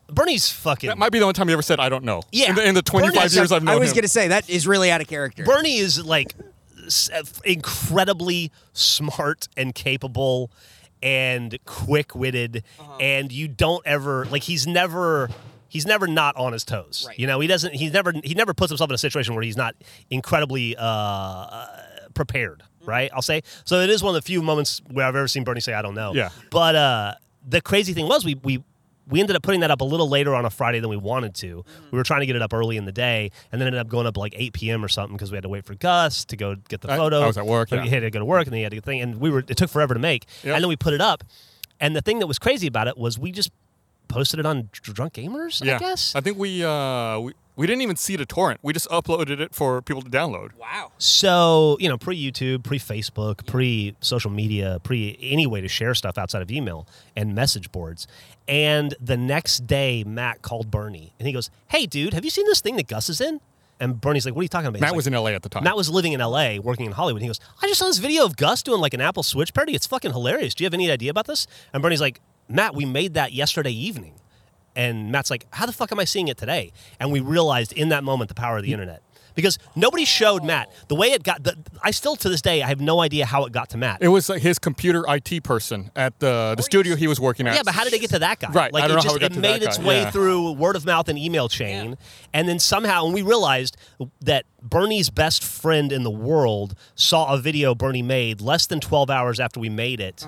Speaker 4: Bernie's fucking.
Speaker 3: That might be the only time you ever said I don't know.
Speaker 4: Yeah.
Speaker 3: In the, in the 25
Speaker 4: Bernie-
Speaker 3: years I've known
Speaker 2: I was
Speaker 3: him.
Speaker 2: gonna say that is really out of character.
Speaker 4: Bernie is like s- incredibly smart and capable and quick-witted
Speaker 2: Uh-huh.
Speaker 4: and you don't ever like he's never he's never not on his toes
Speaker 2: Right.
Speaker 4: you know he doesn't he's never he never puts himself in a situation where he's not incredibly uh, uh prepared right i'll say so it is one of the few moments where i've ever seen bernie say i don't know
Speaker 3: Yeah.
Speaker 4: but uh the crazy thing was we we we ended up putting that up a little later on a Friday than we wanted to. We were trying to get it up early in the day, and then ended up going up like 8 p.m. or something because we had to wait for Gus to go get the
Speaker 3: I-
Speaker 4: photo.
Speaker 3: I was at work,
Speaker 4: So He
Speaker 3: yeah.
Speaker 4: had to go to work, and then he had to get the thing, and we were. It took forever to make,
Speaker 3: Yep.
Speaker 4: and then we put it up. And the thing that was crazy about it was we just posted it on Dr- Drunk Gamers,
Speaker 3: yeah.
Speaker 4: I guess.
Speaker 3: think we uh we We didn't even see the torrent. We just uploaded it for people to download.
Speaker 2: Wow.
Speaker 4: So, you know, pre YouTube, pre Facebook, pre social media, pre any way to share stuff outside of email and message boards. And the next day, Matt called Bernie and he goes, Hey, dude, have you seen this thing that Gus is in? And Bernie's like, What are you talking about? He's
Speaker 3: Matt
Speaker 4: like,
Speaker 3: was in LA at the time.
Speaker 4: Matt was living in LA, working in Hollywood. He goes, I just saw this video of Gus doing like an Apple Switch parody. It's fucking hilarious. Do you have any idea about this? And Bernie's like, Matt, we made that yesterday evening. And Matt's like, How the fuck am I seeing it today? And we realized in that moment the power of the internet. Because nobody showed Matt the way it got. The, I still to this day I have no idea how it got to Matt.
Speaker 3: it was like his computer IT person at the the studio he was working at.
Speaker 4: Yeah, but how did it get to that guy?
Speaker 3: Right,
Speaker 4: Like
Speaker 3: I don't
Speaker 4: it
Speaker 3: know
Speaker 4: just
Speaker 3: how it got to
Speaker 4: made
Speaker 3: that
Speaker 4: its
Speaker 3: guy,
Speaker 4: way
Speaker 3: yeah.
Speaker 4: through word of mouth and email chain. And then somehow and we realized that Bernie's best friend in the world saw a video Bernie made less than 12 hours after we made it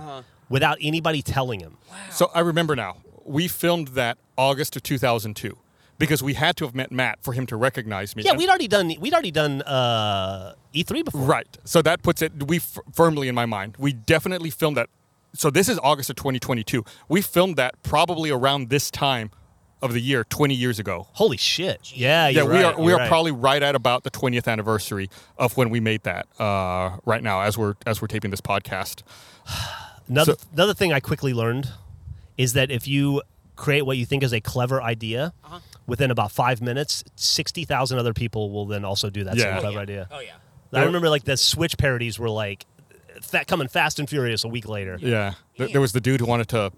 Speaker 4: without anybody telling him.
Speaker 3: So I remember now. We filmed that August of 2002 because we had to have met Matt for him to recognize me.
Speaker 4: Yeah,
Speaker 3: And-
Speaker 4: we'd already done we'd already done uh, E3 before.
Speaker 3: Right. So that puts it we f- firmly in my mind. We definitely filmed that. So this is August of 2022. We filmed that probably around this time of the year 20 years ago.
Speaker 4: Holy shit. Yeah,
Speaker 3: Yeah, we
Speaker 4: you're right,
Speaker 3: are we
Speaker 4: you're
Speaker 3: are
Speaker 4: right.
Speaker 3: probably right at about the 20th anniversary of when we made that. Uh, right now as we're as we're taping this podcast.
Speaker 4: Another, another thing I quickly learned is that if you create what you think is a clever idea,
Speaker 2: Uh-huh.
Speaker 4: within about five minutes, 60,000 other people will then also do that same
Speaker 3: Yeah.
Speaker 4: clever
Speaker 2: Yeah.
Speaker 4: idea.
Speaker 2: Oh yeah.
Speaker 4: I remember like the Switch parodies were like fa coming fast and furious a week later.
Speaker 3: Yeah. Th- there was the dude who wanted to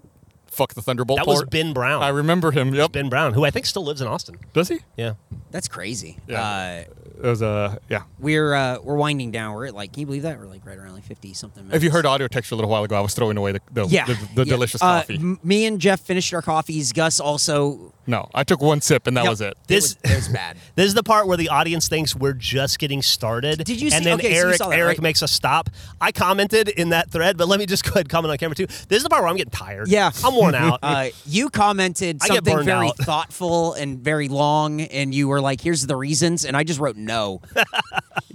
Speaker 3: fuck the Thunderbolt
Speaker 4: That was
Speaker 3: port.
Speaker 4: Ben Brown.
Speaker 3: I remember him. Yep.
Speaker 4: ben Brown, who I think still lives in Austin.
Speaker 3: Does he?
Speaker 4: Yeah.
Speaker 2: That's crazy.
Speaker 3: Yeah.
Speaker 2: Uh,
Speaker 3: It was uh yeah.
Speaker 2: we're uh, we're winding down. We're at like, can you believe that? We're like right around like fifty something. Minutes.
Speaker 3: If you heard audio texture a little while ago, I was throwing away the the,
Speaker 2: yeah,
Speaker 3: the, the
Speaker 2: yeah.
Speaker 3: delicious
Speaker 2: Uh,
Speaker 3: coffee.
Speaker 2: m- me and Jeff finished our coffees. Gus also.
Speaker 3: no, I took one sip and that
Speaker 2: Yep.
Speaker 3: was it.
Speaker 4: This-
Speaker 2: it was, it was bad.
Speaker 4: This is the part where the audience thinks we're just getting started.
Speaker 2: Did you
Speaker 4: And
Speaker 2: see-
Speaker 4: then
Speaker 2: okay, so you
Speaker 4: Eric
Speaker 2: saw that,
Speaker 4: Eric
Speaker 2: right?
Speaker 4: makes us stop. I commented in that thread, but let me just go ahead and comment on camera too. This is the part where I'm getting tired.
Speaker 2: Yeah.
Speaker 4: I'm worn out.
Speaker 2: Uh, you commented
Speaker 4: I get
Speaker 2: something
Speaker 4: burned
Speaker 2: very
Speaker 4: out.
Speaker 2: thoughtful and very long, and you were like, "Here's the reasons," and I just wrote no.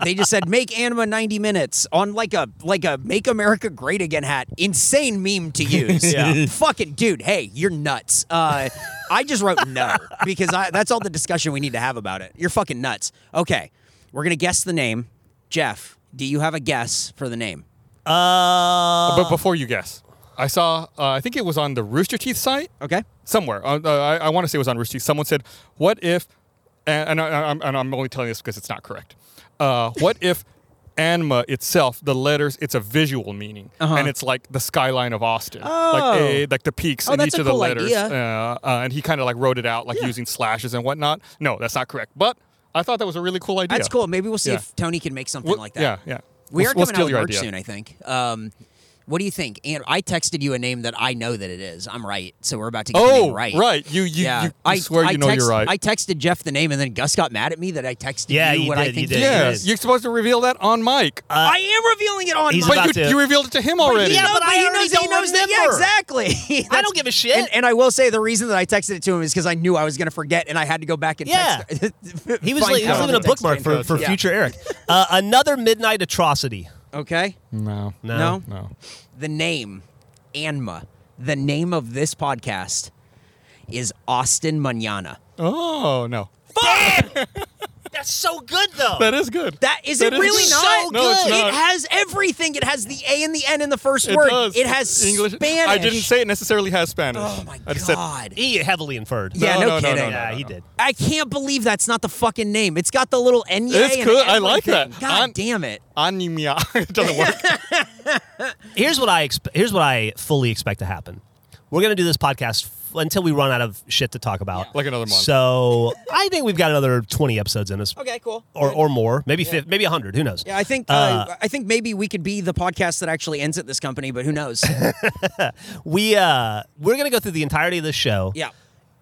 Speaker 2: they just said, "Make anima ninety minutes on like a like a Make America Great Again hat." Insane meme to use.
Speaker 4: Yeah.
Speaker 2: Fucking dude, hey, you're nuts. Uh, I just wrote no because I, that's all the discussion we need to have about it. You're fucking nuts. Okay, we're gonna guess the name. Jeff, do you have a guess for the name?
Speaker 4: Uh,
Speaker 3: but before you guess, I saw, uh, I think it was on the Rooster Teeth site
Speaker 2: Okay.
Speaker 3: somewhere. Uh, uh, I, I want to say it was on Rooster Teeth. Someone said, "What if?" And, and, I, I- I'm, and I'm only telling this because it's not correct. Uh, what if anima itself, the letters, it's a visual meaning,
Speaker 2: Uh-huh.
Speaker 3: and it's like the skyline of Austin, like a, like the peaks
Speaker 2: Oh,
Speaker 3: in
Speaker 2: that's
Speaker 3: each
Speaker 2: a
Speaker 3: of the
Speaker 2: cool
Speaker 3: letters.
Speaker 2: idea.
Speaker 3: Uh, uh, and he kind of like wrote it out, like using slashes and whatnot. No, that's not correct. But I thought that was a really cool idea.
Speaker 2: That's cool. Maybe we'll see
Speaker 3: Yeah.
Speaker 2: if Tony can make something
Speaker 3: We'll-
Speaker 2: like that.
Speaker 3: Yeah, yeah.
Speaker 2: We
Speaker 3: We'll-
Speaker 2: are
Speaker 3: we'll
Speaker 2: coming
Speaker 3: steal
Speaker 2: out with
Speaker 3: your
Speaker 2: merch
Speaker 3: idea.
Speaker 2: soon, I think. Um, what do you think? And I texted you a name that I know that it is. I'm right, so we're about to get the
Speaker 3: Oh,
Speaker 2: name right.
Speaker 3: You you,
Speaker 2: yeah.
Speaker 3: you, you swear you know
Speaker 2: text-
Speaker 3: you're right.
Speaker 2: I texted Jeff the name, and then Gus got mad at me that I texted
Speaker 4: Yeah,
Speaker 2: you
Speaker 4: you
Speaker 2: what I
Speaker 4: did,
Speaker 2: think.
Speaker 4: you
Speaker 2: the
Speaker 4: did.
Speaker 2: name
Speaker 4: Yeah.
Speaker 2: is.
Speaker 3: yes, you're supposed to reveal that on mic.
Speaker 2: I am revealing it on.
Speaker 4: He's
Speaker 2: my-
Speaker 4: about
Speaker 3: but you,
Speaker 4: to-
Speaker 3: you revealed it to him already.
Speaker 2: yeah,
Speaker 4: No,
Speaker 2: but,
Speaker 4: but I
Speaker 2: he
Speaker 4: already
Speaker 2: knows he
Speaker 4: don't
Speaker 2: knows that. Yeah,
Speaker 4: remember.
Speaker 2: exactly. That's-
Speaker 4: don't give a shit.
Speaker 2: And, and I will say the reason that I texted it to him is because I knew I was going to forget, and I had to go back and
Speaker 4: Yeah.
Speaker 2: text.
Speaker 4: He was,
Speaker 2: find
Speaker 4: like, he was
Speaker 2: out
Speaker 4: leaving
Speaker 2: the
Speaker 4: a
Speaker 2: text
Speaker 4: bookmark for,
Speaker 2: chain.
Speaker 4: for
Speaker 2: Yeah.
Speaker 4: future Eric. Uh, another midnight atrocity.
Speaker 2: Okay.
Speaker 3: No.
Speaker 4: No.
Speaker 2: no.
Speaker 3: No.
Speaker 2: the name Anma, the name of this podcast is Austin Manana.
Speaker 3: Oh no.
Speaker 4: That's so good though.
Speaker 3: That is good.
Speaker 2: That is
Speaker 3: That
Speaker 2: it
Speaker 3: is
Speaker 2: really
Speaker 3: so
Speaker 2: not?
Speaker 3: No, it's good.
Speaker 2: It
Speaker 3: not.
Speaker 2: has everything. It has the A and the N in the first
Speaker 3: it
Speaker 2: word.
Speaker 3: does.
Speaker 2: It has
Speaker 3: English.
Speaker 2: Spanish.
Speaker 3: I didn't say it necessarily has Spanish.
Speaker 2: Oh my
Speaker 3: I
Speaker 2: god.
Speaker 3: just said- E.
Speaker 4: he heavily inferred.
Speaker 2: Yeah, no,
Speaker 3: No, no, no,
Speaker 2: kidding.
Speaker 3: no, no.
Speaker 4: yeah, he did.
Speaker 2: I can't believe that's not the fucking name. It's got the little N.
Speaker 3: It's cool. I like that.
Speaker 2: God
Speaker 3: I'm-
Speaker 2: damn it.
Speaker 3: Anemia. it doesn't work.
Speaker 4: Here's what I exp- here's what I fully expect to happen. We're gonna do this podcast f- until we run out of shit to talk about,
Speaker 3: Like another month.
Speaker 4: So I think we've got another 20 episodes in us,
Speaker 2: Okay, cool.
Speaker 4: or or more, maybe fif- maybe 100. Who knows?
Speaker 2: yeah, I think uh, I think maybe we could be the podcast that actually ends at this company, but who knows?
Speaker 4: we uh we're gonna go through the entirety of this show.
Speaker 2: Yeah.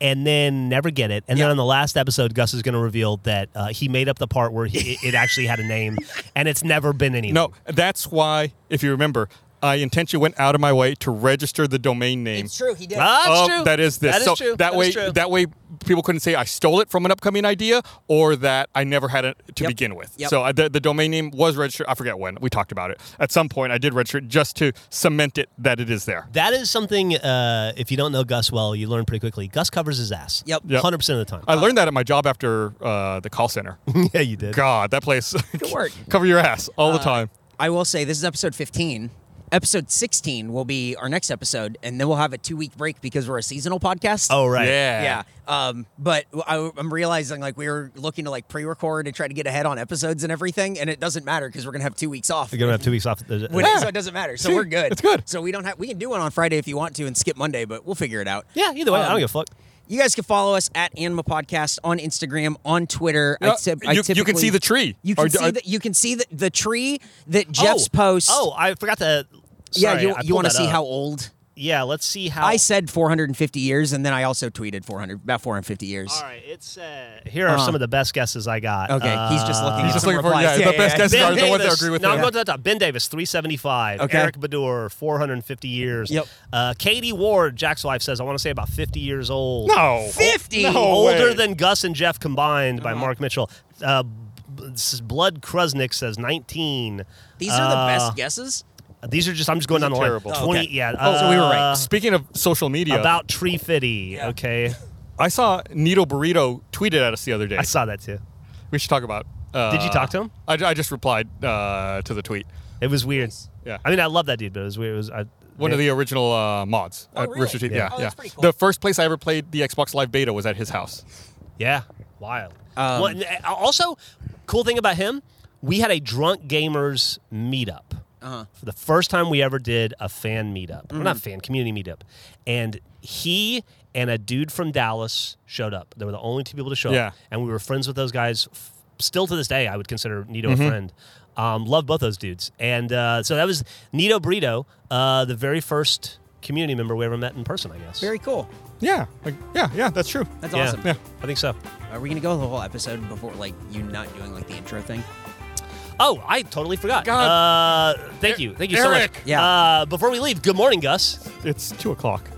Speaker 4: And then never get it. And
Speaker 2: Yeah.
Speaker 4: then on the last episode, Gus is going to reveal that uh, he made up the part where he, it actually had a name, and it's never been any.
Speaker 3: no, that's why. If you remember, I intentionally went out of my way to register the domain name.
Speaker 2: true. He did.
Speaker 4: Ah, that's
Speaker 3: of-
Speaker 4: true.
Speaker 3: Oh, That is this.
Speaker 4: That is
Speaker 3: so
Speaker 4: true.
Speaker 3: that, way,
Speaker 4: is true.
Speaker 3: that way, people couldn't say I stole it from an upcoming idea or that I never had it to
Speaker 2: Yep.
Speaker 3: begin with.
Speaker 2: Yep.
Speaker 3: So I, the, the domain name was registered. I forget when. We talked about it. At some point, I did register it just to cement it that it is there.
Speaker 4: That is something. Uh, if you don't know Gus well, you learn pretty quickly. Gus covers his ass.
Speaker 2: Yep.
Speaker 3: Yep.
Speaker 4: Hundred percent of the time.
Speaker 3: I learned that at my job after uh, the call center.
Speaker 4: yeah, you did.
Speaker 3: God, that place.
Speaker 2: Good work.
Speaker 3: Cover your ass all
Speaker 4: Uh,
Speaker 3: the time.
Speaker 2: I will say this is episode 15. Episode 16 will be our next episode, and then we'll have a two week break because we're a seasonal podcast.
Speaker 4: Oh right.
Speaker 3: Yeah.
Speaker 2: Yeah. Um, but I, am realizing like we were looking to like pre record and try to get ahead on episodes and everything, and it doesn't matter because we're going to have two weeks off.
Speaker 4: You're gonna have two weeks off. the-
Speaker 2: When-
Speaker 3: Yeah.
Speaker 2: So it doesn't matter. So
Speaker 3: See,
Speaker 2: we're good.
Speaker 3: it's good.
Speaker 2: So we don't have we can do one on Friday if you want to and skip Monday, but we'll figure it out. Um,
Speaker 4: yeah. Either way, I don't give a fuck.
Speaker 2: You guys can follow us at Anima Podcast on Instagram, on Twitter. I
Speaker 3: Yeah,
Speaker 2: tip- I
Speaker 3: you, you can
Speaker 2: typically-
Speaker 3: see the tree.
Speaker 2: You can
Speaker 3: Or-
Speaker 2: see
Speaker 3: or-
Speaker 2: that you can see the, the tree that Jeff's
Speaker 4: uh, oh,
Speaker 2: post.
Speaker 4: Oh, I forgot to.
Speaker 2: yeah.
Speaker 4: sorry,
Speaker 2: You,
Speaker 4: I
Speaker 2: you want to
Speaker 4: pulled that
Speaker 2: see
Speaker 4: up.
Speaker 2: how old?
Speaker 4: Yeah. Let's see how.
Speaker 2: I said 450 years, and then I also tweeted 400 about 450 years.
Speaker 4: All right. It's uh, here are some of the best guesses I got.
Speaker 2: Uh-huh. Okay, he's just
Speaker 4: Uh,
Speaker 2: looking.
Speaker 3: He's
Speaker 2: at
Speaker 3: just
Speaker 2: some
Speaker 3: looking for-
Speaker 2: replies.
Speaker 3: yeah, the best guesses
Speaker 4: Ben
Speaker 3: are the ones that
Speaker 4: Davis.
Speaker 3: agree with
Speaker 4: no,
Speaker 3: me.
Speaker 4: I'm going to that. Ben Davis, 375.
Speaker 2: Okay.
Speaker 4: Eric Bedour, 450 years.
Speaker 2: Yep.
Speaker 4: Uh, Katie Ward, Jack's wife says, I want to say about 50 years old.
Speaker 3: no.
Speaker 2: 50?
Speaker 3: No
Speaker 4: Older
Speaker 3: way. Uh-huh.
Speaker 4: than Gus and Jeff combined by Mark Mitchell. Uh, B- this is Blood Krusnick says 19.
Speaker 2: These are the
Speaker 4: Uh,
Speaker 2: best guesses.
Speaker 4: These are just, I'm just going
Speaker 3: These
Speaker 4: down
Speaker 3: are
Speaker 4: the line.
Speaker 3: terrible. Oh,
Speaker 4: 20,
Speaker 2: okay.
Speaker 4: yeah.
Speaker 3: Oh, so we were
Speaker 4: uh,
Speaker 3: right. Speaking of social media,
Speaker 4: About Tree Fitty. Okay.
Speaker 3: I saw Nito Burrito tweeted at us the other day.
Speaker 4: I saw that too.
Speaker 3: We should talk about. Uh,
Speaker 4: Did you talk to him?
Speaker 3: I, I just replied uh, to the tweet.
Speaker 4: It was weird.
Speaker 3: Yeah.
Speaker 4: I mean, I love that dude, but it was weird. It was, I,
Speaker 3: One of the original uh, mods
Speaker 2: Oh,
Speaker 3: at
Speaker 2: really?
Speaker 3: Rooster Teeth.
Speaker 2: Yeah.
Speaker 3: Yeah,
Speaker 2: Oh,
Speaker 3: yeah.
Speaker 2: that's pretty cool.
Speaker 3: The first place I ever played the Xbox Live Beta was at his house.
Speaker 4: Yeah, wild. Well, and, uh, also, cool thing about him, we had a drunk gamers meetup. Uh-huh. For the first time we ever did a fan meetup, Well, not fan community meetup, and he and a dude from Dallas showed up. They were the only two people to show
Speaker 3: Yeah.
Speaker 4: up, and we were friends with those guys. F- still to this day, I would consider Nito a friend. Um, love both those dudes, and uh, so that was Nito Brito, uh, the very first community member we ever met in person. I guess.
Speaker 2: Very cool.
Speaker 3: Yeah, like, yeah, yeah. That's true.
Speaker 2: That's
Speaker 4: yeah,
Speaker 2: awesome.
Speaker 4: Yeah, I think so.
Speaker 2: Are we gonna go the whole episode before like you not doing like the intro thing?
Speaker 4: Oh, I totally forgot.
Speaker 3: God.
Speaker 4: Uh, thank you. Thank you so
Speaker 3: Eric.
Speaker 4: much.
Speaker 2: Yeah.
Speaker 4: Uh, before we leave, good morning, Gus.
Speaker 3: It's two o'clock.